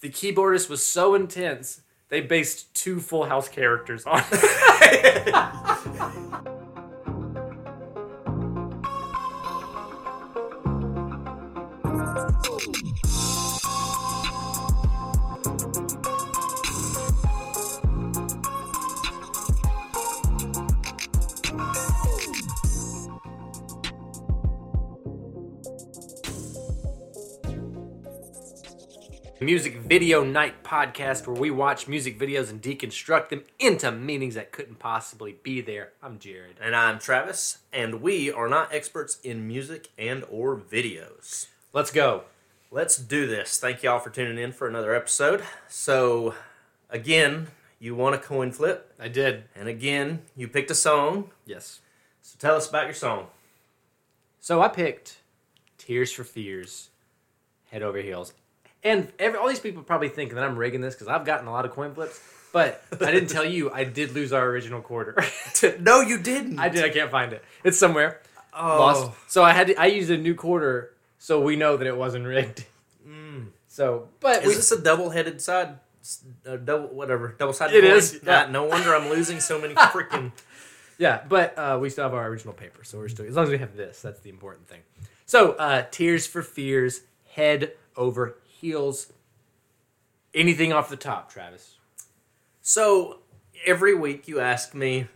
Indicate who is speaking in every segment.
Speaker 1: the keyboardist was so intense they based two Full House characters on it. Music Video Night podcast where we watch music videos and deconstruct them into meanings that couldn't possibly be there. I'm Jared.
Speaker 2: And I'm Travis, and we are not experts in music and or videos.
Speaker 1: Let's go.
Speaker 2: Let's do this. Thank y'all for tuning in for another episode. So, again, you won a coin flip,
Speaker 1: I did.
Speaker 2: and again, you picked a song.
Speaker 1: Yes.
Speaker 2: So tell us about your song.
Speaker 1: So I picked Tears for Fears, Head Over Heels. And every, all these people probably think that I'm rigging this because I've gotten a lot of coin flips, but I didn't tell you I did lose our original quarter.
Speaker 2: No, you didn't.
Speaker 1: I did. I can't find it. It's somewhere.
Speaker 2: Oh.
Speaker 1: Lost. So I had to, I used a new quarter so we know that it wasn't rigged. So, but
Speaker 2: Mm. Is
Speaker 1: we,
Speaker 2: this a double-headed side? s- Uh, double whatever. Double-sided.
Speaker 1: It
Speaker 2: coin?
Speaker 1: is, yeah.
Speaker 2: Nah, no wonder I'm losing so many freaking.
Speaker 1: Yeah, but uh, we still have our original paper, so we're still as long as we have this, that's the important thing. So, uh, Tears for Fears, Head Over Heels. Anything off the top, Travis?
Speaker 2: So every week you ask me,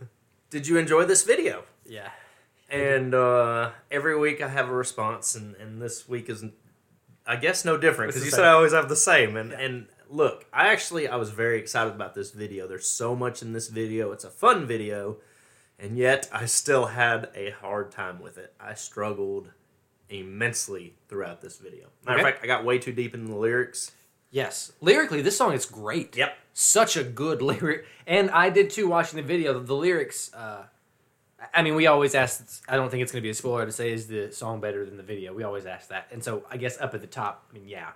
Speaker 2: "Did you enjoy this video?"
Speaker 1: Yeah.
Speaker 2: and uh, every week I have a response, and, and this week is, I guess, no different
Speaker 1: It's
Speaker 2: because
Speaker 1: the
Speaker 2: you
Speaker 1: same.
Speaker 2: said I always have the same. And and look, I actually I was very excited about this video. There's so much in this video. It's a fun video, and yet I still had a hard time with it. I struggled immensely throughout this video. Matter
Speaker 1: Okay.
Speaker 2: of fact, I got way too deep in the lyrics.
Speaker 1: Yes. Lyrically, this song is great.
Speaker 2: Yep.
Speaker 1: Such a good lyric, and I did too. Watching the video, the lyrics. Uh, I mean, we always ask. I don't think it's going to be a spoiler to say is the song better than the video. We always ask that, and so I guess up at the top. I mean, yeah,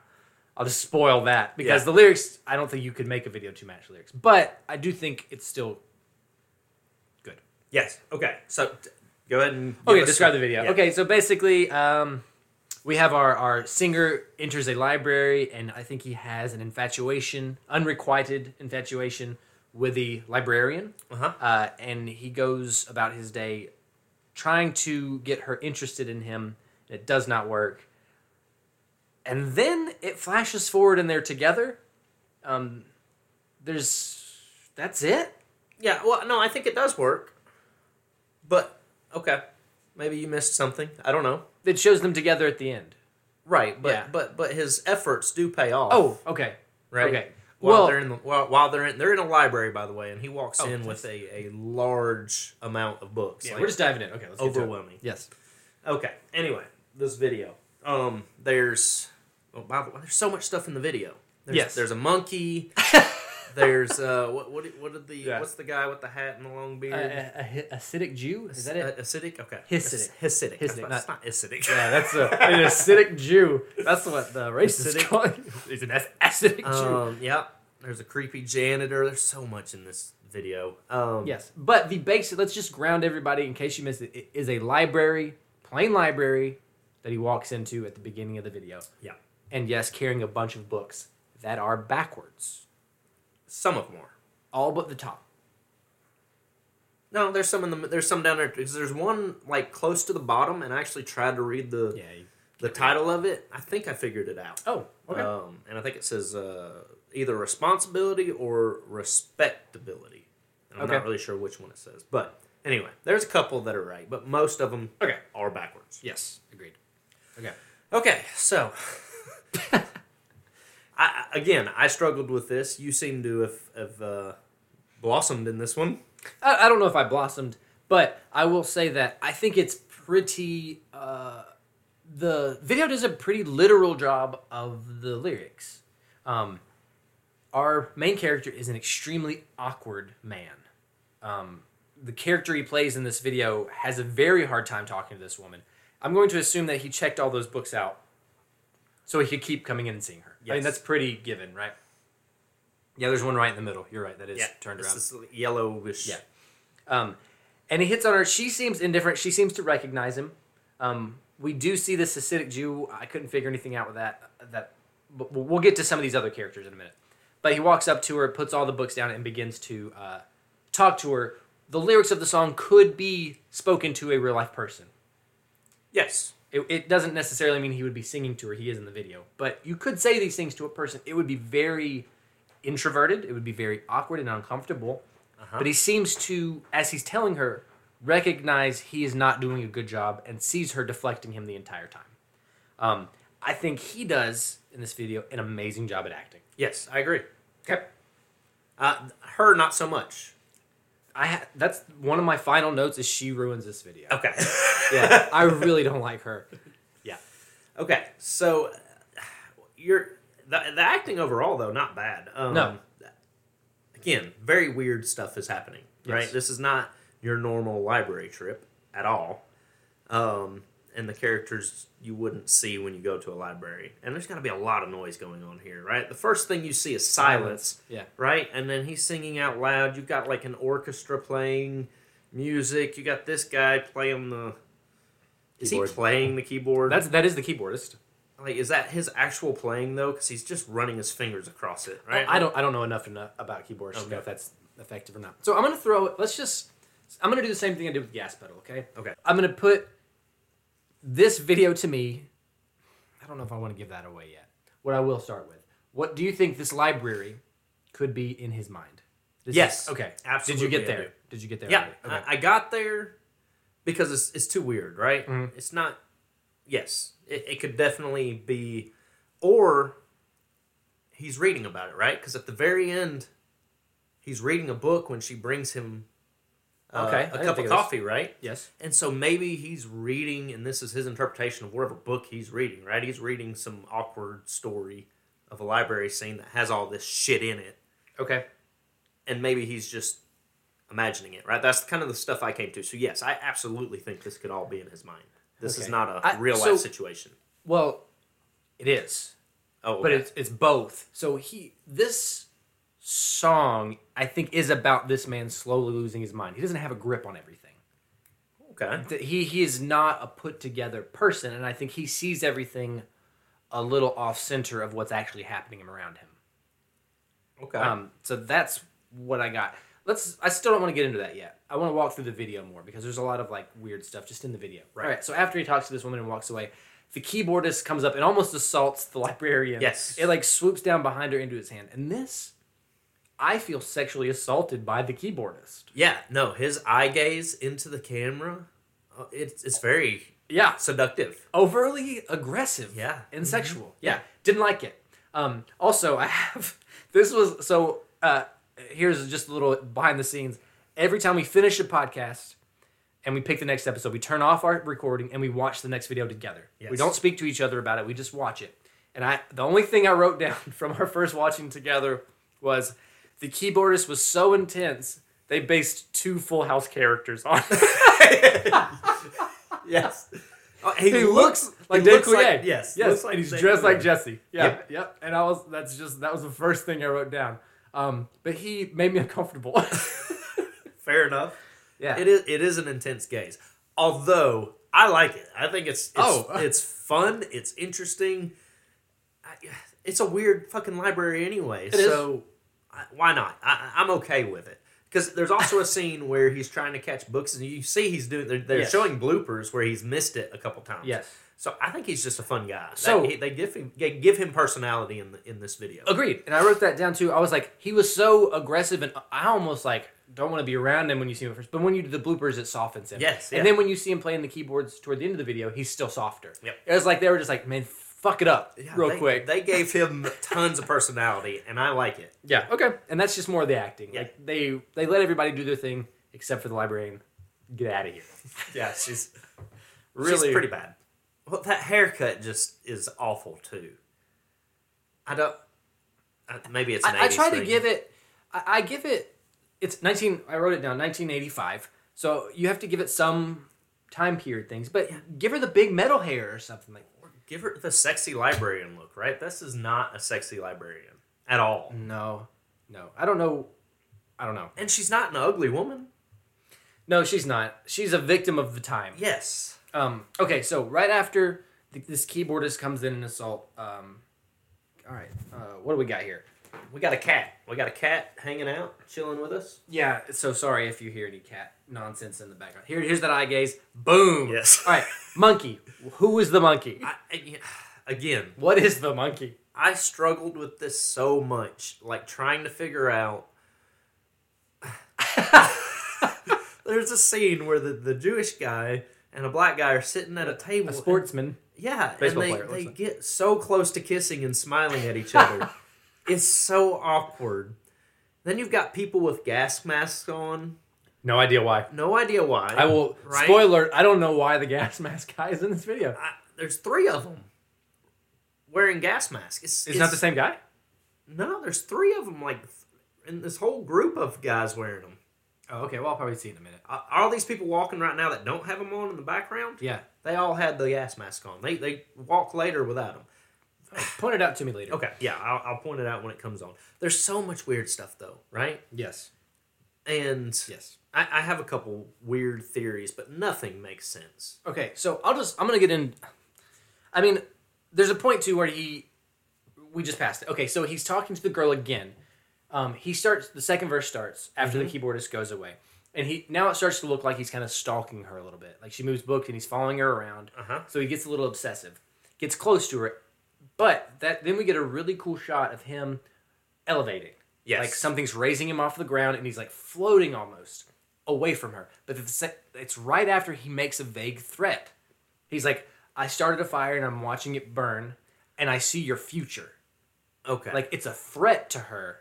Speaker 1: I'll just spoil that because
Speaker 2: Yeah.
Speaker 1: the lyrics. I don't think you could make a video to match the lyrics, but I do think it's still good.
Speaker 2: Yes. Okay. So t- go ahead and give
Speaker 1: Okay,
Speaker 2: us-
Speaker 1: Oh, describe the video.
Speaker 2: Yeah.
Speaker 1: Okay, so basically, um, we have our, our singer enters a library, and I think he has an infatuation, unrequited infatuation, with the librarian.
Speaker 2: Uh-huh.
Speaker 1: Uh, and he goes about his day trying to get her interested in him. It does not work. And then it flashes forward, and they're together. Um, there's. That's it?
Speaker 2: Yeah, well, no, I think it does work. But okay, maybe you missed something. I don't know.
Speaker 1: It shows them together at the end.
Speaker 2: Right, but
Speaker 1: Yeah.
Speaker 2: but but his efforts do pay off.
Speaker 1: Oh, okay.
Speaker 2: right.
Speaker 1: Okay.
Speaker 2: While
Speaker 1: well,
Speaker 2: they're in the while, while they're in they're in a library by the way, and he walks
Speaker 1: Oh,
Speaker 2: in with a, a large amount of books.
Speaker 1: Yeah,
Speaker 2: like,
Speaker 1: we're just diving in. Okay, let's get to it.
Speaker 2: overwhelming.
Speaker 1: Yes.
Speaker 2: Okay. Anyway, this video. Um, there's oh, by the way, there's so much stuff in the video. There's,
Speaker 1: Yes.
Speaker 2: There's a monkey. there's uh what what did- what did the
Speaker 1: Yeah.
Speaker 2: what's the guy with the hat and the long
Speaker 1: Uh, A,
Speaker 2: beard?
Speaker 1: a, a acidic Jew? Is that it?
Speaker 2: Uh, acidic? Okay.
Speaker 1: Hasidic.
Speaker 2: Hasidic. That's
Speaker 1: Hasidic,
Speaker 2: not, that's not acidic.
Speaker 1: Yeah, that's a, an acidic Jew. That's what the racist Oh,
Speaker 2: Acidic.
Speaker 1: call it. He's an ac- acidic Jew.
Speaker 2: um, yeah. There's a creepy janitor. There's so much in this video. Um,
Speaker 1: yes, but the basic. Let's just ground everybody in case you missed it. it. Is a library, plain library, that he walks into at the beginning of the video,
Speaker 2: Yeah.
Speaker 1: and yes, carrying a bunch of books that are backwards,
Speaker 2: Some of them are.
Speaker 1: all but the top.
Speaker 2: No, there's some in the there's some down there because there's one like close to the bottom, and I actually tried to read the the title of it. I think I figured it out.
Speaker 1: Oh, okay.
Speaker 2: Um, and I think it says uh, either responsibility or respectability. And I'm
Speaker 1: Okay.
Speaker 2: not really sure which one it says, but anyway, there's a couple that are right, but most of them
Speaker 1: Okay.
Speaker 2: are backwards.
Speaker 1: yes, agreed. Okay.
Speaker 2: Okay, so I I- again I struggled with this. You seem to have, have uh, blossomed in this one.
Speaker 1: I, I don't know if I blossomed, but I will say that I think it's pretty. Uh, the video does a pretty literal job of the lyrics. Um, our main character is an extremely awkward man. Um, the character he plays in this video has a very hard time talking to this woman. I'm going to assume that he checked all those books out so he could keep coming in and seeing her. I mean,
Speaker 2: Yes.
Speaker 1: that's pretty given, right? Yeah, there's one right in the middle. You're right. That is turned
Speaker 2: it's
Speaker 1: around.
Speaker 2: this yellowish.
Speaker 1: Yeah. Um, and he hits on her. She seems indifferent. She seems to recognize him. Um, we do see this Hasidic Jew. I couldn't figure anything out with that. That but we'll we'll get to some of these other characters in a minute. But he walks up to her, puts all the books down, and begins to uh, talk to her. The lyrics of the song could be spoken to a real life person.
Speaker 2: Yes.
Speaker 1: It, it doesn't necessarily mean he would be singing to her. He is in the video, but you could say these things to a person. It would be very introverted. It would be very awkward and uncomfortable. But he seems to, as he's telling her, recognize he is not doing a good job and sees her deflecting him the entire time. Um, I think he does in this video an amazing job at acting.
Speaker 2: Yes, I agree.
Speaker 1: Okay.
Speaker 2: Uh, her, not so much.
Speaker 1: I ha- that's one of my final notes is she ruins this video.
Speaker 2: Okay.
Speaker 1: Yeah, I really don't like her. Yeah.
Speaker 2: Okay, so uh, you're the, the acting overall though not bad. Um,
Speaker 1: No.
Speaker 2: Again, very weird stuff is happening. Right,
Speaker 1: Yes.
Speaker 2: this is not your normal library trip at all. Um, and the characters you wouldn't see when you go to a library, and there's got to be a lot of noise going on here, right? The first thing you see is silence,
Speaker 1: Yeah.
Speaker 2: right? And then he's singing out loud. You've got like an orchestra playing music. You got this guy playing the. Is he
Speaker 1: Keyboard.
Speaker 2: playing the keyboard?
Speaker 1: That's that is the keyboardist.
Speaker 2: Like, is that his actual playing though? Because he's just running his fingers across it, right?
Speaker 1: I don't I don't know enough eno- about keyboards to
Speaker 2: Okay.
Speaker 1: know if that's effective or not. So I'm gonna throw it. Let's just I'm gonna do the same thing I did with gas pedal. Okay.
Speaker 2: Okay.
Speaker 1: I'm gonna put this video to me. I don't know if I want to give that away yet. What I will start with. What do you think this library could be in his mind? This is-
Speaker 2: Yes.
Speaker 1: okay.
Speaker 2: Absolutely,
Speaker 1: Did you get
Speaker 2: I
Speaker 1: there?
Speaker 2: do.
Speaker 1: Did you get there?
Speaker 2: Yeah,
Speaker 1: already? Okay.
Speaker 2: I, I got there because it's it's too weird, right?
Speaker 1: Mm-hmm.
Speaker 2: It's not. Yes, it, it could definitely be, or he's reading about it, right? Because at the very end, he's reading a book when she brings him uh,
Speaker 1: Okay, I didn't
Speaker 2: a cup
Speaker 1: think of this.
Speaker 2: of coffee, right?
Speaker 1: yes.
Speaker 2: And so maybe he's reading, and this is his interpretation of whatever book he's reading, right? He's reading some awkward story of a library scene that has all this shit in it,
Speaker 1: Okay.
Speaker 2: and maybe he's just imagining it, right? That's kind of the stuff I came to. So yes, I absolutely think this could all be in his mind. This is
Speaker 1: Okay.
Speaker 2: not a
Speaker 1: I-
Speaker 2: real
Speaker 1: so-
Speaker 2: life situation.
Speaker 1: Well, it is.
Speaker 2: Oh,
Speaker 1: but
Speaker 2: okay.
Speaker 1: it's it's both. So he this song I think is about this man slowly losing his mind. He doesn't have a grip on everything.
Speaker 2: okay.
Speaker 1: Th- He he is not a put together person, and I think he sees everything a little off center of what's actually happening around him.
Speaker 2: Okay.
Speaker 1: Um, so that's what I got. Let's. I still don't want to get into that yet. I want to walk through the video more because there's a lot of like weird stuff just in the video.
Speaker 2: Right.
Speaker 1: All right. So after he talks to this woman and walks away, the keyboardist comes up and almost assaults the librarian.
Speaker 2: Yes.
Speaker 1: It like swoops down behind her into his hand, and this, I feel sexually assaulted by the keyboardist.
Speaker 2: yeah. No, his eye gaze into the camera. Uh, it's it's very
Speaker 1: Yeah.
Speaker 2: seductive.
Speaker 1: overly aggressive
Speaker 2: Yeah. Mm-hmm.
Speaker 1: and sexual
Speaker 2: Yeah.
Speaker 1: yeah didn't like it um also i have this was so uh here's just a little behind the scenes every time we finish a podcast and we pick the next episode we turn off our recording and we watch the next video together
Speaker 2: Yes.
Speaker 1: we don't speak to each other about it we just watch it and i the only thing i wrote down from our first watching together was the keyboardist was so intense they based two full house characters on it
Speaker 2: Yes. Oh, he,
Speaker 1: he looks like
Speaker 2: he
Speaker 1: Dave
Speaker 2: looks
Speaker 1: Coulier.
Speaker 2: like- yes,
Speaker 1: yes,
Speaker 2: looks like
Speaker 1: and he's
Speaker 2: Dave
Speaker 1: dressed
Speaker 2: Coulier.
Speaker 1: like Jesse. Yeah,
Speaker 2: Yep.
Speaker 1: yep. And I was that's just that was the first thing I wrote down. Um, but he made me uncomfortable.
Speaker 2: Fair enough.
Speaker 1: yeah,
Speaker 2: It is it is an intense gaze. Although I like it. I think it's, it's
Speaker 1: Oh.
Speaker 2: it's fun, it's interesting. I, it's a weird fucking library anyway.
Speaker 1: is.
Speaker 2: so I, why not? I, I- I'm okay with it. Cuz there's also a scene where he's trying to catch books and you see he's doing they're, they're
Speaker 1: Yes.
Speaker 2: showing bloopers where he's missed it a couple times.
Speaker 1: Yes.
Speaker 2: So I think he's just a fun guy.
Speaker 1: So-
Speaker 2: That- he- they give him they give him personality in the, in this video.
Speaker 1: agreed. And I wrote that down too. I was like, he was so aggressive, and I almost like don't want to be around him when you see him at first. But when you do the bloopers, it softens him.
Speaker 2: Yes, yeah.
Speaker 1: And then when you see him playing the keyboards toward the end of the video, he's still softer.
Speaker 2: Yep.
Speaker 1: It was like they were just like, man, fuck it up
Speaker 2: Yeah,
Speaker 1: real
Speaker 2: they-
Speaker 1: quick.
Speaker 2: They gave him tons of personality and I like it.
Speaker 1: Yeah. Okay. And that's just more of the acting.
Speaker 2: Yeah.
Speaker 1: Like they they let everybody do their thing except for the librarian. Get out of here.
Speaker 2: Yeah, she's
Speaker 1: Really
Speaker 2: She's pretty bad. Well, that haircut just is awful too. I don't. Uh, maybe it's an
Speaker 1: I, I
Speaker 2: 80s
Speaker 1: try to
Speaker 2: thing.
Speaker 1: give it. I, I give it. It's nineteen. I wrote it down. Nineteen eighty-five. So you have to give it some time period things, but give her the big metal hair or something like.
Speaker 2: give her the sexy librarian look, right? This is not a sexy librarian at all,
Speaker 1: No, no, I don't know. I don't know.
Speaker 2: and she's not an ugly woman.
Speaker 1: No, she's not. She's a victim of the time.
Speaker 2: Yes,
Speaker 1: Um. Okay. So right after th- this keyboardist comes in and assault. Um. All right. Uh, what do we got here?
Speaker 2: We got a cat. We got a cat hanging out, chilling with us.
Speaker 1: Yeah, so sorry if you hear any cat nonsense in the background. Here, here's that eye gaze. Boom.
Speaker 2: Yes.
Speaker 1: All right, monkey. Who is the monkey?
Speaker 2: I, I- again,
Speaker 1: What is the monkey?
Speaker 2: I struggled with this so much, like trying to figure out. There's a scene where the, the Jewish guy and a black guy are sitting at a table.
Speaker 1: A sportsman.
Speaker 2: Yeah,
Speaker 1: Baseball
Speaker 2: and they,
Speaker 1: player, it looks
Speaker 2: they
Speaker 1: like.
Speaker 2: get so close to kissing and smiling at each other. it's so awkward. Then you've got people with gas masks on.
Speaker 1: No idea why.
Speaker 2: No idea why.
Speaker 1: I will
Speaker 2: Right?
Speaker 1: spoiler. I don't know why the gas mask guy is in this video.
Speaker 2: I, there's three of them wearing gas masks. It's,
Speaker 1: It's not the same guy.
Speaker 2: No, there's three of them, like, in this whole group of guys wearing them.
Speaker 1: Oh, okay. Well, I'll probably see in a minute.
Speaker 2: Uh, all these people walking right now that don't have them on in the background,
Speaker 1: Yeah.
Speaker 2: they all had the gas mask on. They they walk later without them.
Speaker 1: Point it out to me later.
Speaker 2: Okay, yeah, I'll, I'll point it out when it comes on. There's so much weird stuff though, right?
Speaker 1: Yes.
Speaker 2: And
Speaker 1: Yes.
Speaker 2: I, I have a couple weird theories, but nothing makes sense.
Speaker 1: Okay. So I'll just. I'm gonna get in. I mean, there's a point too where he. We just passed it. Okay. So he's talking to the girl again. Um, he starts. The second verse starts after the keyboardist goes away, and he now it starts to look like he's kind of stalking her a little bit. Like she moves books and he's following her around.
Speaker 2: Uh-huh.
Speaker 1: So he gets a little obsessive, gets close to her, but that then we get a really cool shot of him elevating.
Speaker 2: Yes.
Speaker 1: Like something's raising him off the ground and he's like floating almost away from her. But at the se- it's right after he makes a vague threat. He's like, I started a fire and I'm watching it burn and I see your future.
Speaker 2: Okay,
Speaker 1: Like it's a threat to her.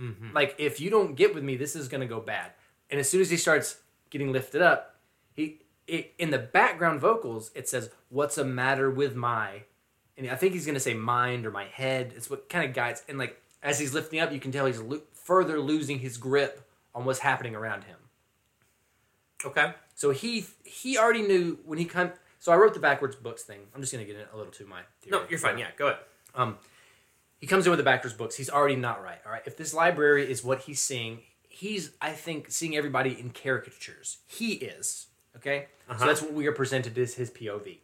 Speaker 2: Mm-hmm.
Speaker 1: Like if you don't get with me, this is gonna go bad. And as soon as he starts getting lifted up, he it, in the background vocals it says, "What's a matter with my?" And I think he's gonna say mind or my head. It's what kind of guides. And like as he's lifting up, you can tell he's lo- further losing his grip on what's happening around him.
Speaker 2: okay,
Speaker 1: So he he already knew when he come. So I wrote the backwards books thing. I'm just gonna get in a little to my theory.
Speaker 2: no, you're fine. Yeah, go ahead.
Speaker 1: Um, he comes in with the backwards books. He's already not right. All right. If this library is what he's seeing, he's I think seeing everybody in caricatures. He is okay.
Speaker 2: Uh-huh.
Speaker 1: So that's what we are presented as his POV.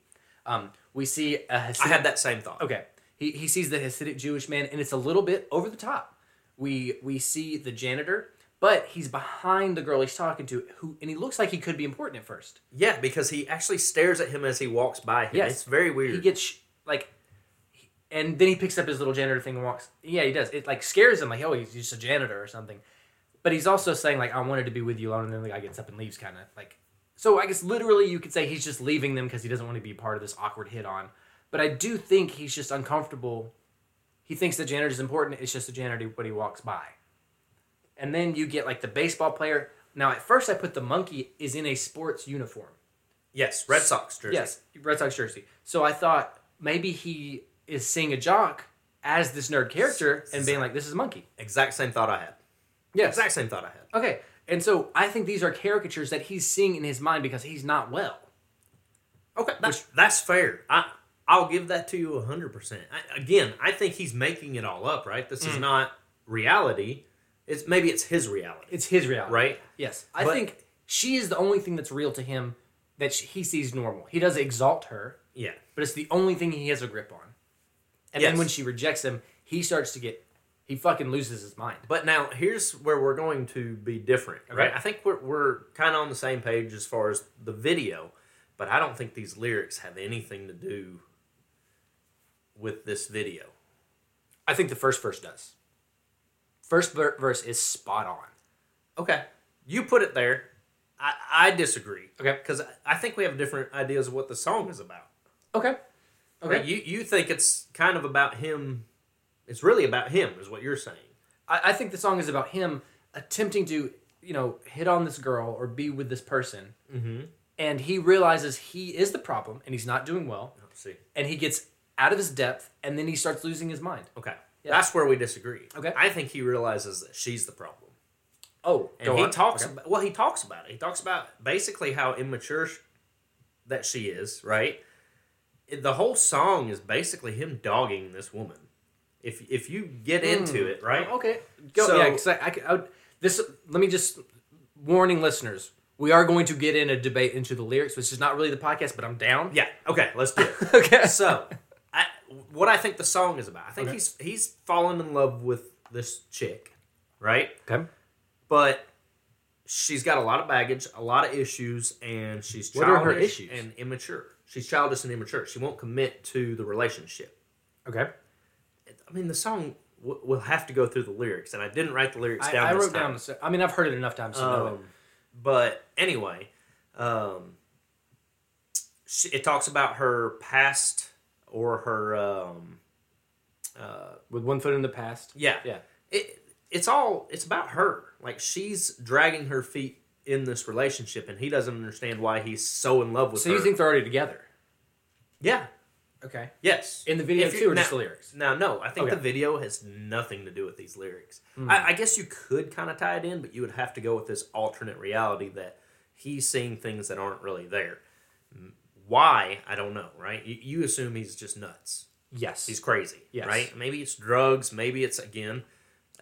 Speaker 1: Um, we see a
Speaker 2: I
Speaker 1: Hasidic,
Speaker 2: had that same thought.
Speaker 1: okay. He, he sees the Hasidic Jewish man, and it's a little bit over the top. We we see the janitor, but he's behind the girl he's talking to, who and he looks like he could be important at first.
Speaker 2: Yeah, because he actually stares at him as he walks by him.
Speaker 1: Yes.
Speaker 2: It's very weird.
Speaker 1: he gets sh- like he- and then he picks up his little janitor thing and walks yeah he does it like scares him like oh he's just a janitor or something but he's also saying like i wanted to be with you alone and then the guy gets up and leaves kind of like so i guess literally you could say he's just leaving them because he doesn't want to be part of this awkward hit on but i do think he's just uncomfortable he thinks the janitor is important it's just a janitor but he walks by and then you get like the baseball player now at first i put the monkey is in a sports uniform
Speaker 2: yes, Red Sox jersey.
Speaker 1: Yes, Red Sox jersey. So I thought maybe he is seeing a jock as this nerd character and being like, "This is a monkey."
Speaker 2: Exact same thought I had.
Speaker 1: Yes.
Speaker 2: Exact same thought I had.
Speaker 1: Okay. And so I think these are caricatures that he's seeing in his mind because he's not well.
Speaker 2: Okay, that's, that's fair. I I'll give that to you hundred percent. Again, I think he's making it all up. Right?
Speaker 1: Mm.
Speaker 2: This is not reality. It's maybe it's his reality.
Speaker 1: It's his reality,
Speaker 2: Right?
Speaker 1: Yes. I
Speaker 2: But-
Speaker 1: think she is the only thing that's real to him that she, he sees normal. He does exalt her,
Speaker 2: Yeah.
Speaker 1: but it's the only thing he has a grip on. And
Speaker 2: Yes.
Speaker 1: then when she rejects him, he starts to get he fucking loses his mind.
Speaker 2: But now here's where we're going to be different, right?
Speaker 1: Okay.
Speaker 2: I think we're we're kind of on the same page as far as the video, but I don't think these lyrics have anything to do with this video.
Speaker 1: I think the first verse does. First ver- verse is spot on.
Speaker 2: Okay, you put it there. I I disagree.
Speaker 1: Okay.
Speaker 2: because I think we have different ideas of what the song is about.
Speaker 1: Okay. Okay.
Speaker 2: Right? You you think it's kind of about him. It's really about him, is what you're saying.
Speaker 1: I, I think the song is about him attempting to, you know, hit on this girl or be with this person. Mm-hmm. And he realizes he is the problem and he's not doing well.
Speaker 2: Let's see.
Speaker 1: And he gets out of his depth and then he starts losing his mind.
Speaker 2: Okay. That's where we disagree.
Speaker 1: Okay.
Speaker 2: I think he realizes that she's the problem.
Speaker 1: Oh,
Speaker 2: And he talks about well, he talks about it. He talks about basically how immature sh- that she is, right? It- The whole song is basically him dogging this woman. If if you get into it, right?
Speaker 1: Oh, Okay. Go.
Speaker 2: So-
Speaker 1: yeah, 'cause I, I, could- I would, this, let me just, warning listeners, we are going to get in a debate into the lyrics, which is not really the podcast, but I'm down.
Speaker 2: Yeah. Okay. Let's do it.
Speaker 1: Okay.
Speaker 2: so, I, what I think the song is about. I think
Speaker 1: Okay.
Speaker 2: he's he's fallen in love with this chick, right?
Speaker 1: Okay.
Speaker 2: But she's got a lot of baggage, a lot of issues, and she's
Speaker 1: What are
Speaker 2: childish
Speaker 1: her issues?
Speaker 2: and immature. She's childish and immature. She won't commit to the relationship.
Speaker 1: Okay.
Speaker 2: I mean, the song w- we'll have to go through the lyrics, and I didn't write the lyrics
Speaker 1: I,
Speaker 2: down.
Speaker 1: I
Speaker 2: this
Speaker 1: wrote
Speaker 2: time.
Speaker 1: down. The, se- I mean, I've heard it enough times to know it.
Speaker 2: Um, but anyway, um, she, it talks about her past or her um, uh,
Speaker 1: With one foot in the past.
Speaker 2: yeah
Speaker 1: Yeah.
Speaker 2: It it's all it's about her. Like she's dragging her feet in this relationship, and he doesn't understand why he's so in love with
Speaker 1: So
Speaker 2: her.
Speaker 1: you think they're already together?
Speaker 2: yeah.
Speaker 1: Okay.
Speaker 2: Yes.
Speaker 1: In the video
Speaker 2: If you-
Speaker 1: too, or
Speaker 2: now-
Speaker 1: just the lyrics?
Speaker 2: Now, no, I think
Speaker 1: Okay. Hmm.
Speaker 2: the video has nothing to do with these lyrics. I, I guess you could kind of tie it in, but you would have to go with this alternate reality that he's seeing things that aren't really there. M- Why? I don't know, right? You, you assume he's just nuts.
Speaker 1: Yes.
Speaker 2: He's crazy,
Speaker 1: Yes.
Speaker 2: right? Maybe it's drugs. Maybe it's, again,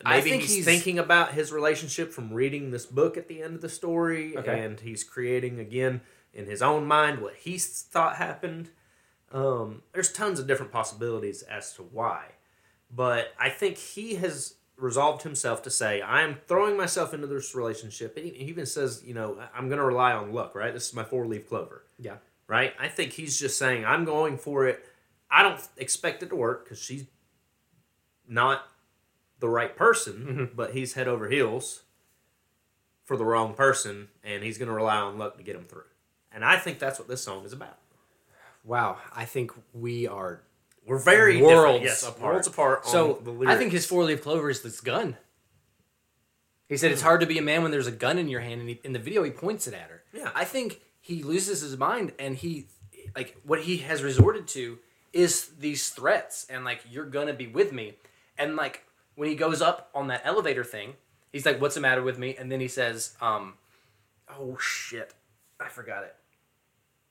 Speaker 1: I
Speaker 2: maybe
Speaker 1: think
Speaker 2: he's,
Speaker 1: he's-
Speaker 2: thinking about his relationship from reading this book at the end of the story,
Speaker 1: Okay.
Speaker 2: and he's creating, again, in his own mind what he s- thought happened. Um, there's tons of different possibilities as to why, but I think he has resolved himself to say, "I am throwing myself into this relationship." And he he even says, "You know, I- I'm going to rely on luck." Right? This is my four leaf clover.
Speaker 1: yeah.
Speaker 2: Right? I think he's just saying, "I'm going for it." I don't expect it to work because she's not the right person,
Speaker 1: Mm-hmm.
Speaker 2: but he's head over heels for the wrong person, and he's going to rely on luck to get him through. And I think that's what this song is about.
Speaker 1: Wow. I think we are.
Speaker 2: We're very
Speaker 1: Worlds
Speaker 2: different. Yes,
Speaker 1: apart.
Speaker 2: Worlds apart. On
Speaker 1: So
Speaker 2: the lyrics.
Speaker 1: I think his four leaf clover is this gun. He said it's hard to be a man when there's a gun in your hand, and he, in the video he points it at her.
Speaker 2: Yeah.
Speaker 1: I think he loses his mind, and he like what he has resorted to is these threats, and like you're gonna be with me, and like when he goes up on that elevator thing, he's like, "What's the matter with me?" And then he says, um, "Oh shit, I forgot it."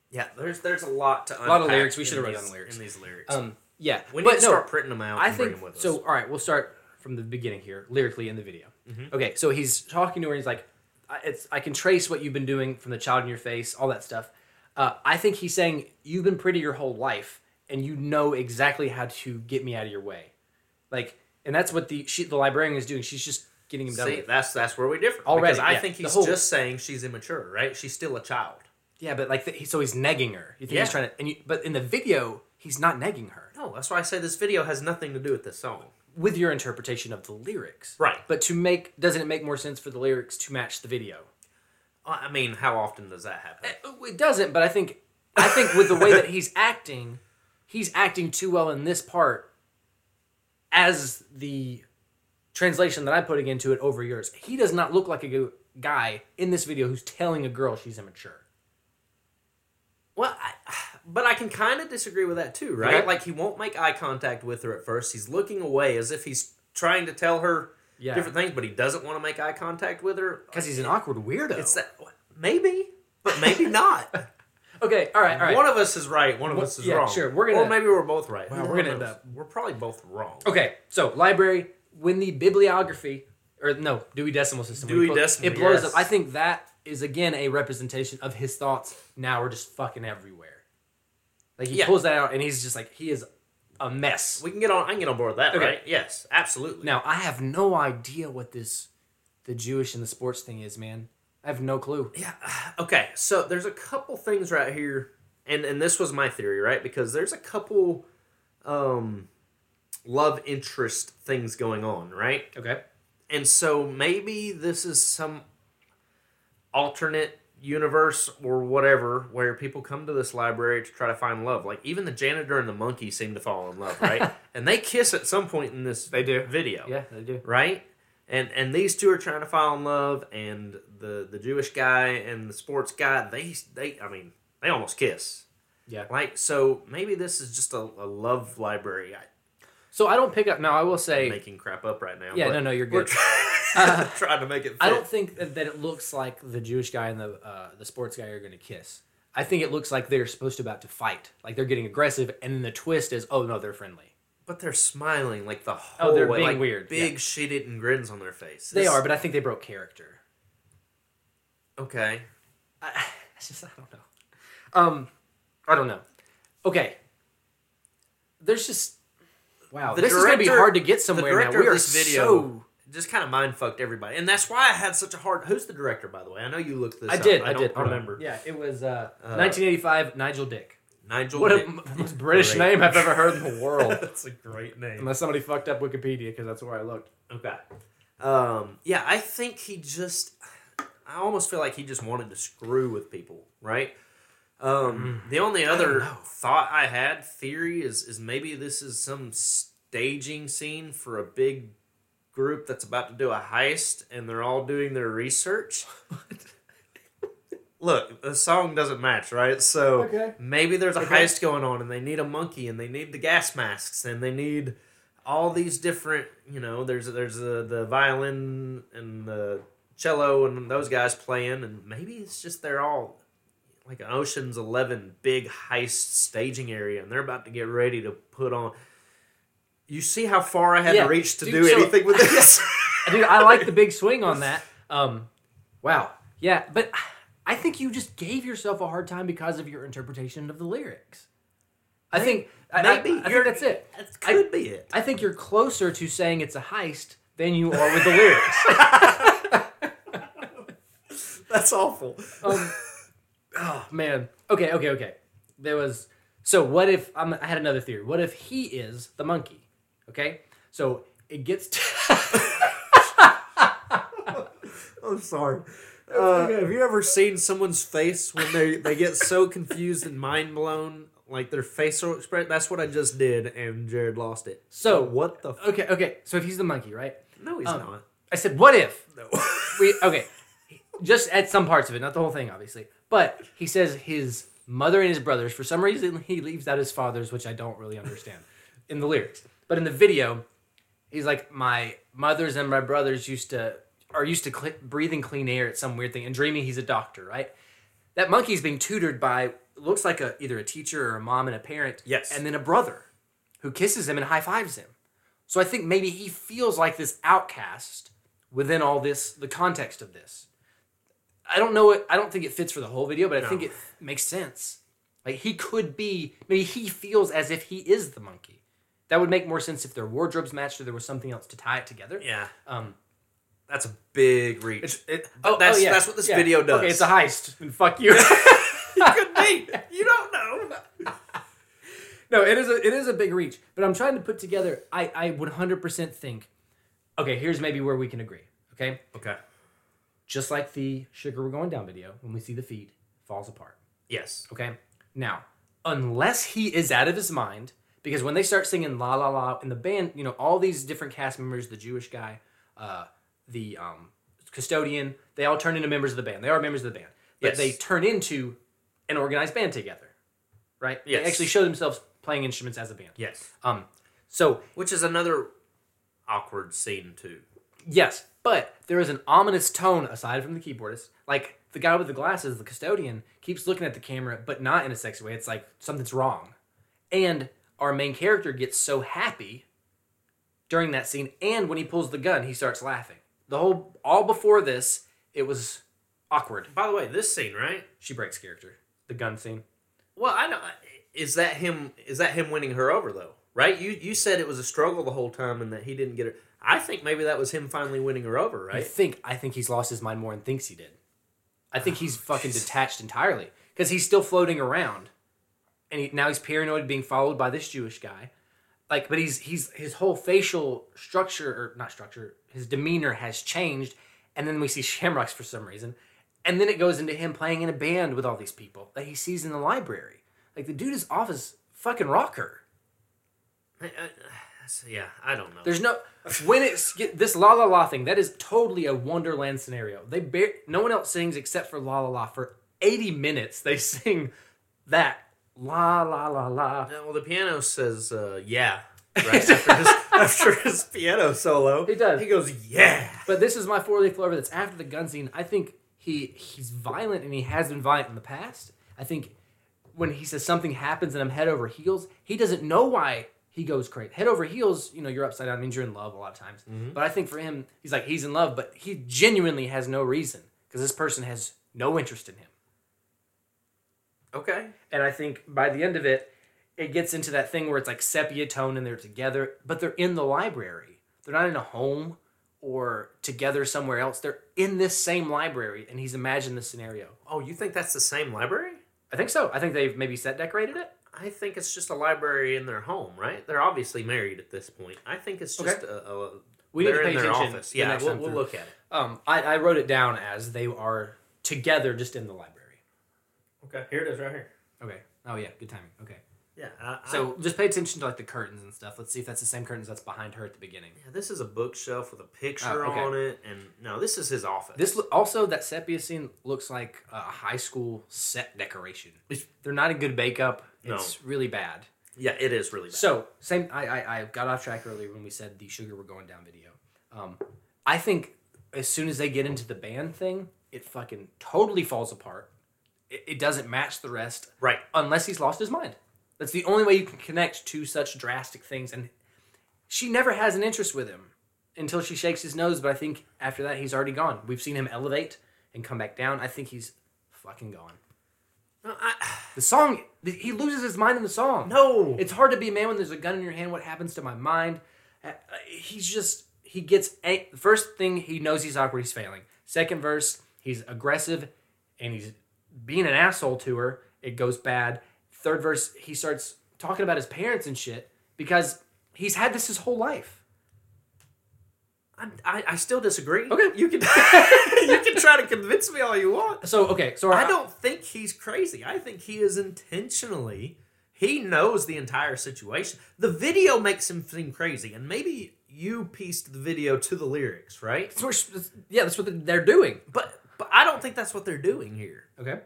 Speaker 2: yeah, there's there's a lot to a
Speaker 1: lot of lyrics. We should have wrote down lyrics.
Speaker 2: in these lyrics.
Speaker 1: Um, yeah,
Speaker 2: we need
Speaker 1: but
Speaker 2: to
Speaker 1: no,
Speaker 2: start printing them out.
Speaker 1: I
Speaker 2: and bring
Speaker 1: think
Speaker 2: them with us.
Speaker 1: so. All right, we'll start from the beginning here, lyrically in the video.
Speaker 2: Mm-hmm.
Speaker 1: Okay, so he's talking to her. And he's like, I, "It's I can trace what you've been doing from the child in your face, all that stuff." Uh, I think he's saying you've been pretty your whole life, and you know exactly how to get me out of your way, like, and that's what the she, the librarian is doing. She's just getting him done.
Speaker 2: See,
Speaker 1: with.
Speaker 2: that's that's where we differ.
Speaker 1: Already,
Speaker 2: because I
Speaker 1: yeah.
Speaker 2: think
Speaker 1: The
Speaker 2: he's
Speaker 1: whole-
Speaker 2: just saying she's immature, right? She's still a child.
Speaker 1: Yeah, but like, the, he- so he's negging her. You think he's
Speaker 2: Yeah.
Speaker 1: trying to? And you, but in the video, he's not negging her
Speaker 2: No, Oh, that's why I say this video has nothing to do with this song.
Speaker 1: with your interpretation of the lyrics,
Speaker 2: Right.
Speaker 1: But to make doesn't it make more sense for the lyrics to match the video?
Speaker 2: I I mean, how often does that happen?
Speaker 1: It doesn't, but I think I think with the way that he's acting, he's acting too well in this part as the translation that I'm putting into it over yours. He does not look like a gu- guy in this video who's telling a girl she's immature.
Speaker 2: Well, I, but I can kind of disagree with that too, right?
Speaker 1: Okay.
Speaker 2: Like he won't make eye contact with her at first. He's looking away as if he's trying to tell her
Speaker 1: Yeah.
Speaker 2: different things, but he doesn't want to make eye contact with her
Speaker 1: Because he's an awkward weirdo.
Speaker 2: It's that maybe, but maybe not.
Speaker 1: okay, all right, all right.
Speaker 2: One of us is right. One of us is
Speaker 1: yeah,
Speaker 2: wrong.
Speaker 1: sure, we're gonna-
Speaker 2: Or maybe we're both right. Who
Speaker 1: we're gonna
Speaker 2: knows?
Speaker 1: end up-
Speaker 2: We're probably both wrong.
Speaker 1: Okay, so library when the bibliography or no Dewey Decimal System when
Speaker 2: Dewey
Speaker 1: he
Speaker 2: Decimal,
Speaker 1: it blows
Speaker 2: yes.
Speaker 1: up. I think that is again a representation of his thoughts now are just fucking everywhere. Like he
Speaker 2: Yeah.
Speaker 1: pulls that out and he's just like he is a mess.
Speaker 2: We can get on. I can get on board with that,
Speaker 1: Okay.
Speaker 2: right? Yes, absolutely.
Speaker 1: Now I have no idea what this the Jewish and the sports thing is, man. I have no clue.
Speaker 2: Yeah. Okay. So there's a couple things right here, and and this was my theory, right? Because there's a couple, um, love interest things going on, right?
Speaker 1: Okay.
Speaker 2: And so maybe this is some alternate universe or whatever where people come to this library to try to find love. Like even the janitor and the monkey seem to fall in love, right? and they kiss at some point in this they do. video.
Speaker 1: Yeah, they do.
Speaker 2: Right? And and these two are trying to fall in love and the the Jewish guy and the sports guy, they they I mean, they almost kiss.
Speaker 1: Yeah.
Speaker 2: Like so maybe this is just a, a love library. I'm
Speaker 1: So I don't pick up now I will say
Speaker 2: making crap up right now.
Speaker 1: Yeah,
Speaker 2: but
Speaker 1: no, no, you're
Speaker 2: we're
Speaker 1: good.
Speaker 2: trying to make it fit.
Speaker 1: I don't think that, that it looks like the Jewish guy and the uh, the sports guy are going to kiss. I think it looks like they're supposed to about to fight, like they're getting aggressive, and then the twist is, oh no, they're friendly.
Speaker 2: But they're smiling like the whole
Speaker 1: Oh, they're
Speaker 2: way,
Speaker 1: being
Speaker 2: like
Speaker 1: weird,
Speaker 2: Big
Speaker 1: yeah.
Speaker 2: shit eating grins on their face.
Speaker 1: They
Speaker 2: This-
Speaker 1: are, but I think they broke character.
Speaker 2: okay.
Speaker 1: I, it's just I don't know. Um, I don't know. Okay, there's just Wow,
Speaker 2: The
Speaker 1: this is gonna be
Speaker 2: director-
Speaker 1: hard to get
Speaker 2: the
Speaker 1: somewhere.
Speaker 2: director
Speaker 1: now. We
Speaker 2: of
Speaker 1: are
Speaker 2: this video
Speaker 1: so.
Speaker 2: just kind of mind fucked everybody, and that's why I had such a hard. Who's the director, by the way? I know you looked this.
Speaker 1: I
Speaker 2: up.
Speaker 1: did.
Speaker 2: I,
Speaker 1: I,
Speaker 2: don't
Speaker 1: did. Hold on.
Speaker 2: remember.
Speaker 1: Yeah, it was uh,
Speaker 2: Uh,
Speaker 1: 1985. Nigel Dick.
Speaker 2: Nigel.
Speaker 1: What a
Speaker 2: Dick.
Speaker 1: m- most British
Speaker 2: Great.
Speaker 1: name I've ever heard in the world.
Speaker 2: that's a great name.
Speaker 1: Unless somebody fucked up Wikipedia, because that's where I looked.
Speaker 2: Okay. Um, yeah, I think he just. I almost feel like he just wanted to screw with people, right? Um,
Speaker 1: Mm.
Speaker 2: The only other thought I had theory is is maybe this is some staging scene for a big group that's about to do a heist, and they're all doing their research. Look, the song doesn't match, right? So
Speaker 1: Okay.
Speaker 2: maybe there's a
Speaker 1: Okay.
Speaker 2: heist going on, and they need a monkey, and they need the gas masks, and they need all these different you know there's there's the the violin and the cello and those guys playing and maybe it's just they're all like an oceans 11 big heist staging area and they're about to get ready to put on you see how far i had
Speaker 1: Yeah,
Speaker 2: to reach to
Speaker 1: dude,
Speaker 2: do
Speaker 1: so-
Speaker 2: anything with this
Speaker 1: Dude, I like the big swing on that. Um, wow. Yeah, but I think you just gave yourself a hard time because of your interpretation of the lyrics. I think I- I-
Speaker 2: Maybe.
Speaker 1: I, think
Speaker 2: You're-
Speaker 1: that's it.
Speaker 2: that could be it
Speaker 1: I think you're closer to saying it's a heist than you are with the lyrics.
Speaker 2: that's awful
Speaker 1: Um, oh man. Okay. Okay. Okay. There was. So what if I'm, I had another theory? What if he is the monkey? Okay. So it gets.
Speaker 2: i'm sorry uh, have you ever seen someone's face when they, they get so confused and mind blown like their facial expression that's what i just did and jared lost it
Speaker 1: so
Speaker 2: what the f-
Speaker 1: Okay. Okay. So if he's the monkey, right?
Speaker 2: no he's
Speaker 1: Um,
Speaker 2: not
Speaker 1: I said, what if
Speaker 2: no
Speaker 1: we? Okay. Just at some parts of it, not the whole thing, obviously. But he says his mother and his brothers. For some reason, he leaves out his father's, which I don't really understand in the lyrics. But in the video, he's like, my mother's and my brothers used to are used to cl- breathing clean air. It's some weird thing, and dreaming he's a doctor, right? That monkey's being tutored by looks like a either a teacher or a mom and a parent.
Speaker 2: Yes.
Speaker 1: and then a brother who kisses him and high fives him. So I think maybe he feels like this outcast within all this, the context of this. I don't know it. I don't think it fits for the whole video, but I think
Speaker 2: No.
Speaker 1: it makes sense. Like he could be, maybe he feels as if he is the monkey. That would make more sense if their wardrobes matched or there was something else to tie it together.
Speaker 2: Yeah,
Speaker 1: Um,
Speaker 2: that's a big reach.
Speaker 1: oh,
Speaker 2: that's
Speaker 1: oh, yeah,
Speaker 2: that's what this
Speaker 1: yeah.
Speaker 2: video does.
Speaker 1: Okay, it's a heist. And fuck you.
Speaker 2: could be. You don't know.
Speaker 1: no, it is a it is a big reach, but I'm trying to put together. I I 100% think. Okay, here's maybe where we can agree. Okay,
Speaker 2: Okay.
Speaker 1: just like the sugar we're going down video when we see the feet falls apart
Speaker 2: Yes.
Speaker 1: okay now unless he is out of his mind because when they start singing la la la in the band you know all these different cast members the jewish guy uh, the um, custodian they all turn into members of the band they are members of the band but
Speaker 2: Yes.
Speaker 1: they turn into an organized band together right
Speaker 2: Yes.
Speaker 1: they actually show themselves playing instruments as a band
Speaker 2: Yes.
Speaker 1: um, so
Speaker 2: Which is another awkward scene too.
Speaker 1: Yes, but there is an ominous tone aside from the keyboardist. Like the guy with the glasses, the custodian, keeps looking at the camera, but not in a sexy way. It's like something's wrong. And our main character gets so happy during that scene, and when he pulls the gun, he starts laughing. The whole all before this, it was awkward.
Speaker 2: By the way, this scene, right?
Speaker 1: She breaks character. The gun scene.
Speaker 2: Well, I know. Is that him? Is that him winning her over though? Right? You you said it was a struggle the whole time and that he didn't get her. I think maybe that was him finally winning her over,
Speaker 1: I
Speaker 2: right?
Speaker 1: think I think he's lost his mind more and thinks he did. I think he's fucking detached entirely because he's still floating around, and he, now he's paranoid, being followed by this Jewish guy. Like, but he's he's his whole facial structure or not structure, his demeanor has changed, and then we see Shamrocks for some reason, and then it goes into him playing in a band with all these people that he sees in the library. Like the dude is off his fucking rocker.
Speaker 2: I, I- so, yeah, I don't know.
Speaker 1: There's no when it's get, this la la la thing. That is totally a Wonderland scenario. They bar- no one else sings except for la la la for 80 minutes. They sing that la la la la.
Speaker 2: Uh, well, the piano says, uh, "Yeah." Right after his, after his piano solo,
Speaker 1: He does.
Speaker 2: He goes, "Yeah."
Speaker 1: But this is my four leaf clover. That's after the gun scene. I think he he's violent and he has been violent in the past. I think when he says something happens and I'm head over heels, he doesn't know why he goes crazy. Head over heels, you know, you're upside down means you're in love a lot of times. But I think for him, he's like he's in love, but he genuinely has no reason because this person has no interest in him.
Speaker 2: Okay.
Speaker 1: And I think by the end of it, it gets into that thing where it's like sepia tone and they're together, but they're in the library. They're not in a home or together somewhere else. They're in this same library, and he's imagined this scenario.
Speaker 2: Oh, you think that's the same library?
Speaker 1: I think so. I think they've maybe set decorated it.
Speaker 2: I think it's just a library in their home, right? They're obviously married at this point. I think it's just a, a
Speaker 1: We need
Speaker 2: they're
Speaker 1: to pay
Speaker 2: in their
Speaker 1: attention
Speaker 2: office.
Speaker 1: the
Speaker 2: Yeah,
Speaker 1: next
Speaker 2: we'll,
Speaker 1: time
Speaker 2: we'll
Speaker 1: through.
Speaker 2: look at it.
Speaker 1: Um, I, I wrote it down as they are together, just in the library.
Speaker 2: Okay, here it is, right here.
Speaker 1: Okay. Oh yeah, good timing. Okay.
Speaker 2: Yeah. I, I-
Speaker 1: So just pay attention to like the curtains and stuff. Let's see if that's the same curtains that's behind her at the beginning.
Speaker 2: yeah, this is a bookshelf with a picture
Speaker 1: Oh, okay.
Speaker 2: on it, and no, this is his office.
Speaker 1: This lo- also that sepia scene looks like a high school set decoration. They're not in good makeup.
Speaker 2: No.
Speaker 1: It's really bad.
Speaker 2: yeah, it is really bad.
Speaker 1: So same, I, I I got off track earlier when we said the sugar we're going down video. Um, I think as soon as they get into the band thing, it fucking totally falls apart. It, it doesn't match the rest,
Speaker 2: right.
Speaker 1: unless he's lost his mind. That's the only way you can connect two such drastic things. And she never has an interest with him until she shakes his nose. But I think after that, he's already gone. We've seen him elevate and come back down. I think he's fucking gone.
Speaker 2: No, I,
Speaker 1: The song, he loses his mind in the song.
Speaker 2: no.
Speaker 1: It's hard to be a man when there's a gun in your hand. What happens to my mind? Uh, He's just he gets a- the first thing he knows he's awkward. He's failing. Second verse, he's aggressive, and he's being an asshole to her. It goes bad. Third verse, he starts talking about his parents and shit because he's had this his whole life.
Speaker 2: I, I, I still disagree.
Speaker 1: Okay.
Speaker 2: you can you can try to convince me all you want.
Speaker 1: So okay, so
Speaker 2: I don't think he's crazy. I think he is intentionally. He knows the entire situation. The video makes him seem crazy, and maybe you pieced the video to the lyrics, right?
Speaker 1: So we're- yeah, that's what they're doing.
Speaker 2: But but I don't think that's what they're doing here,
Speaker 1: Okay.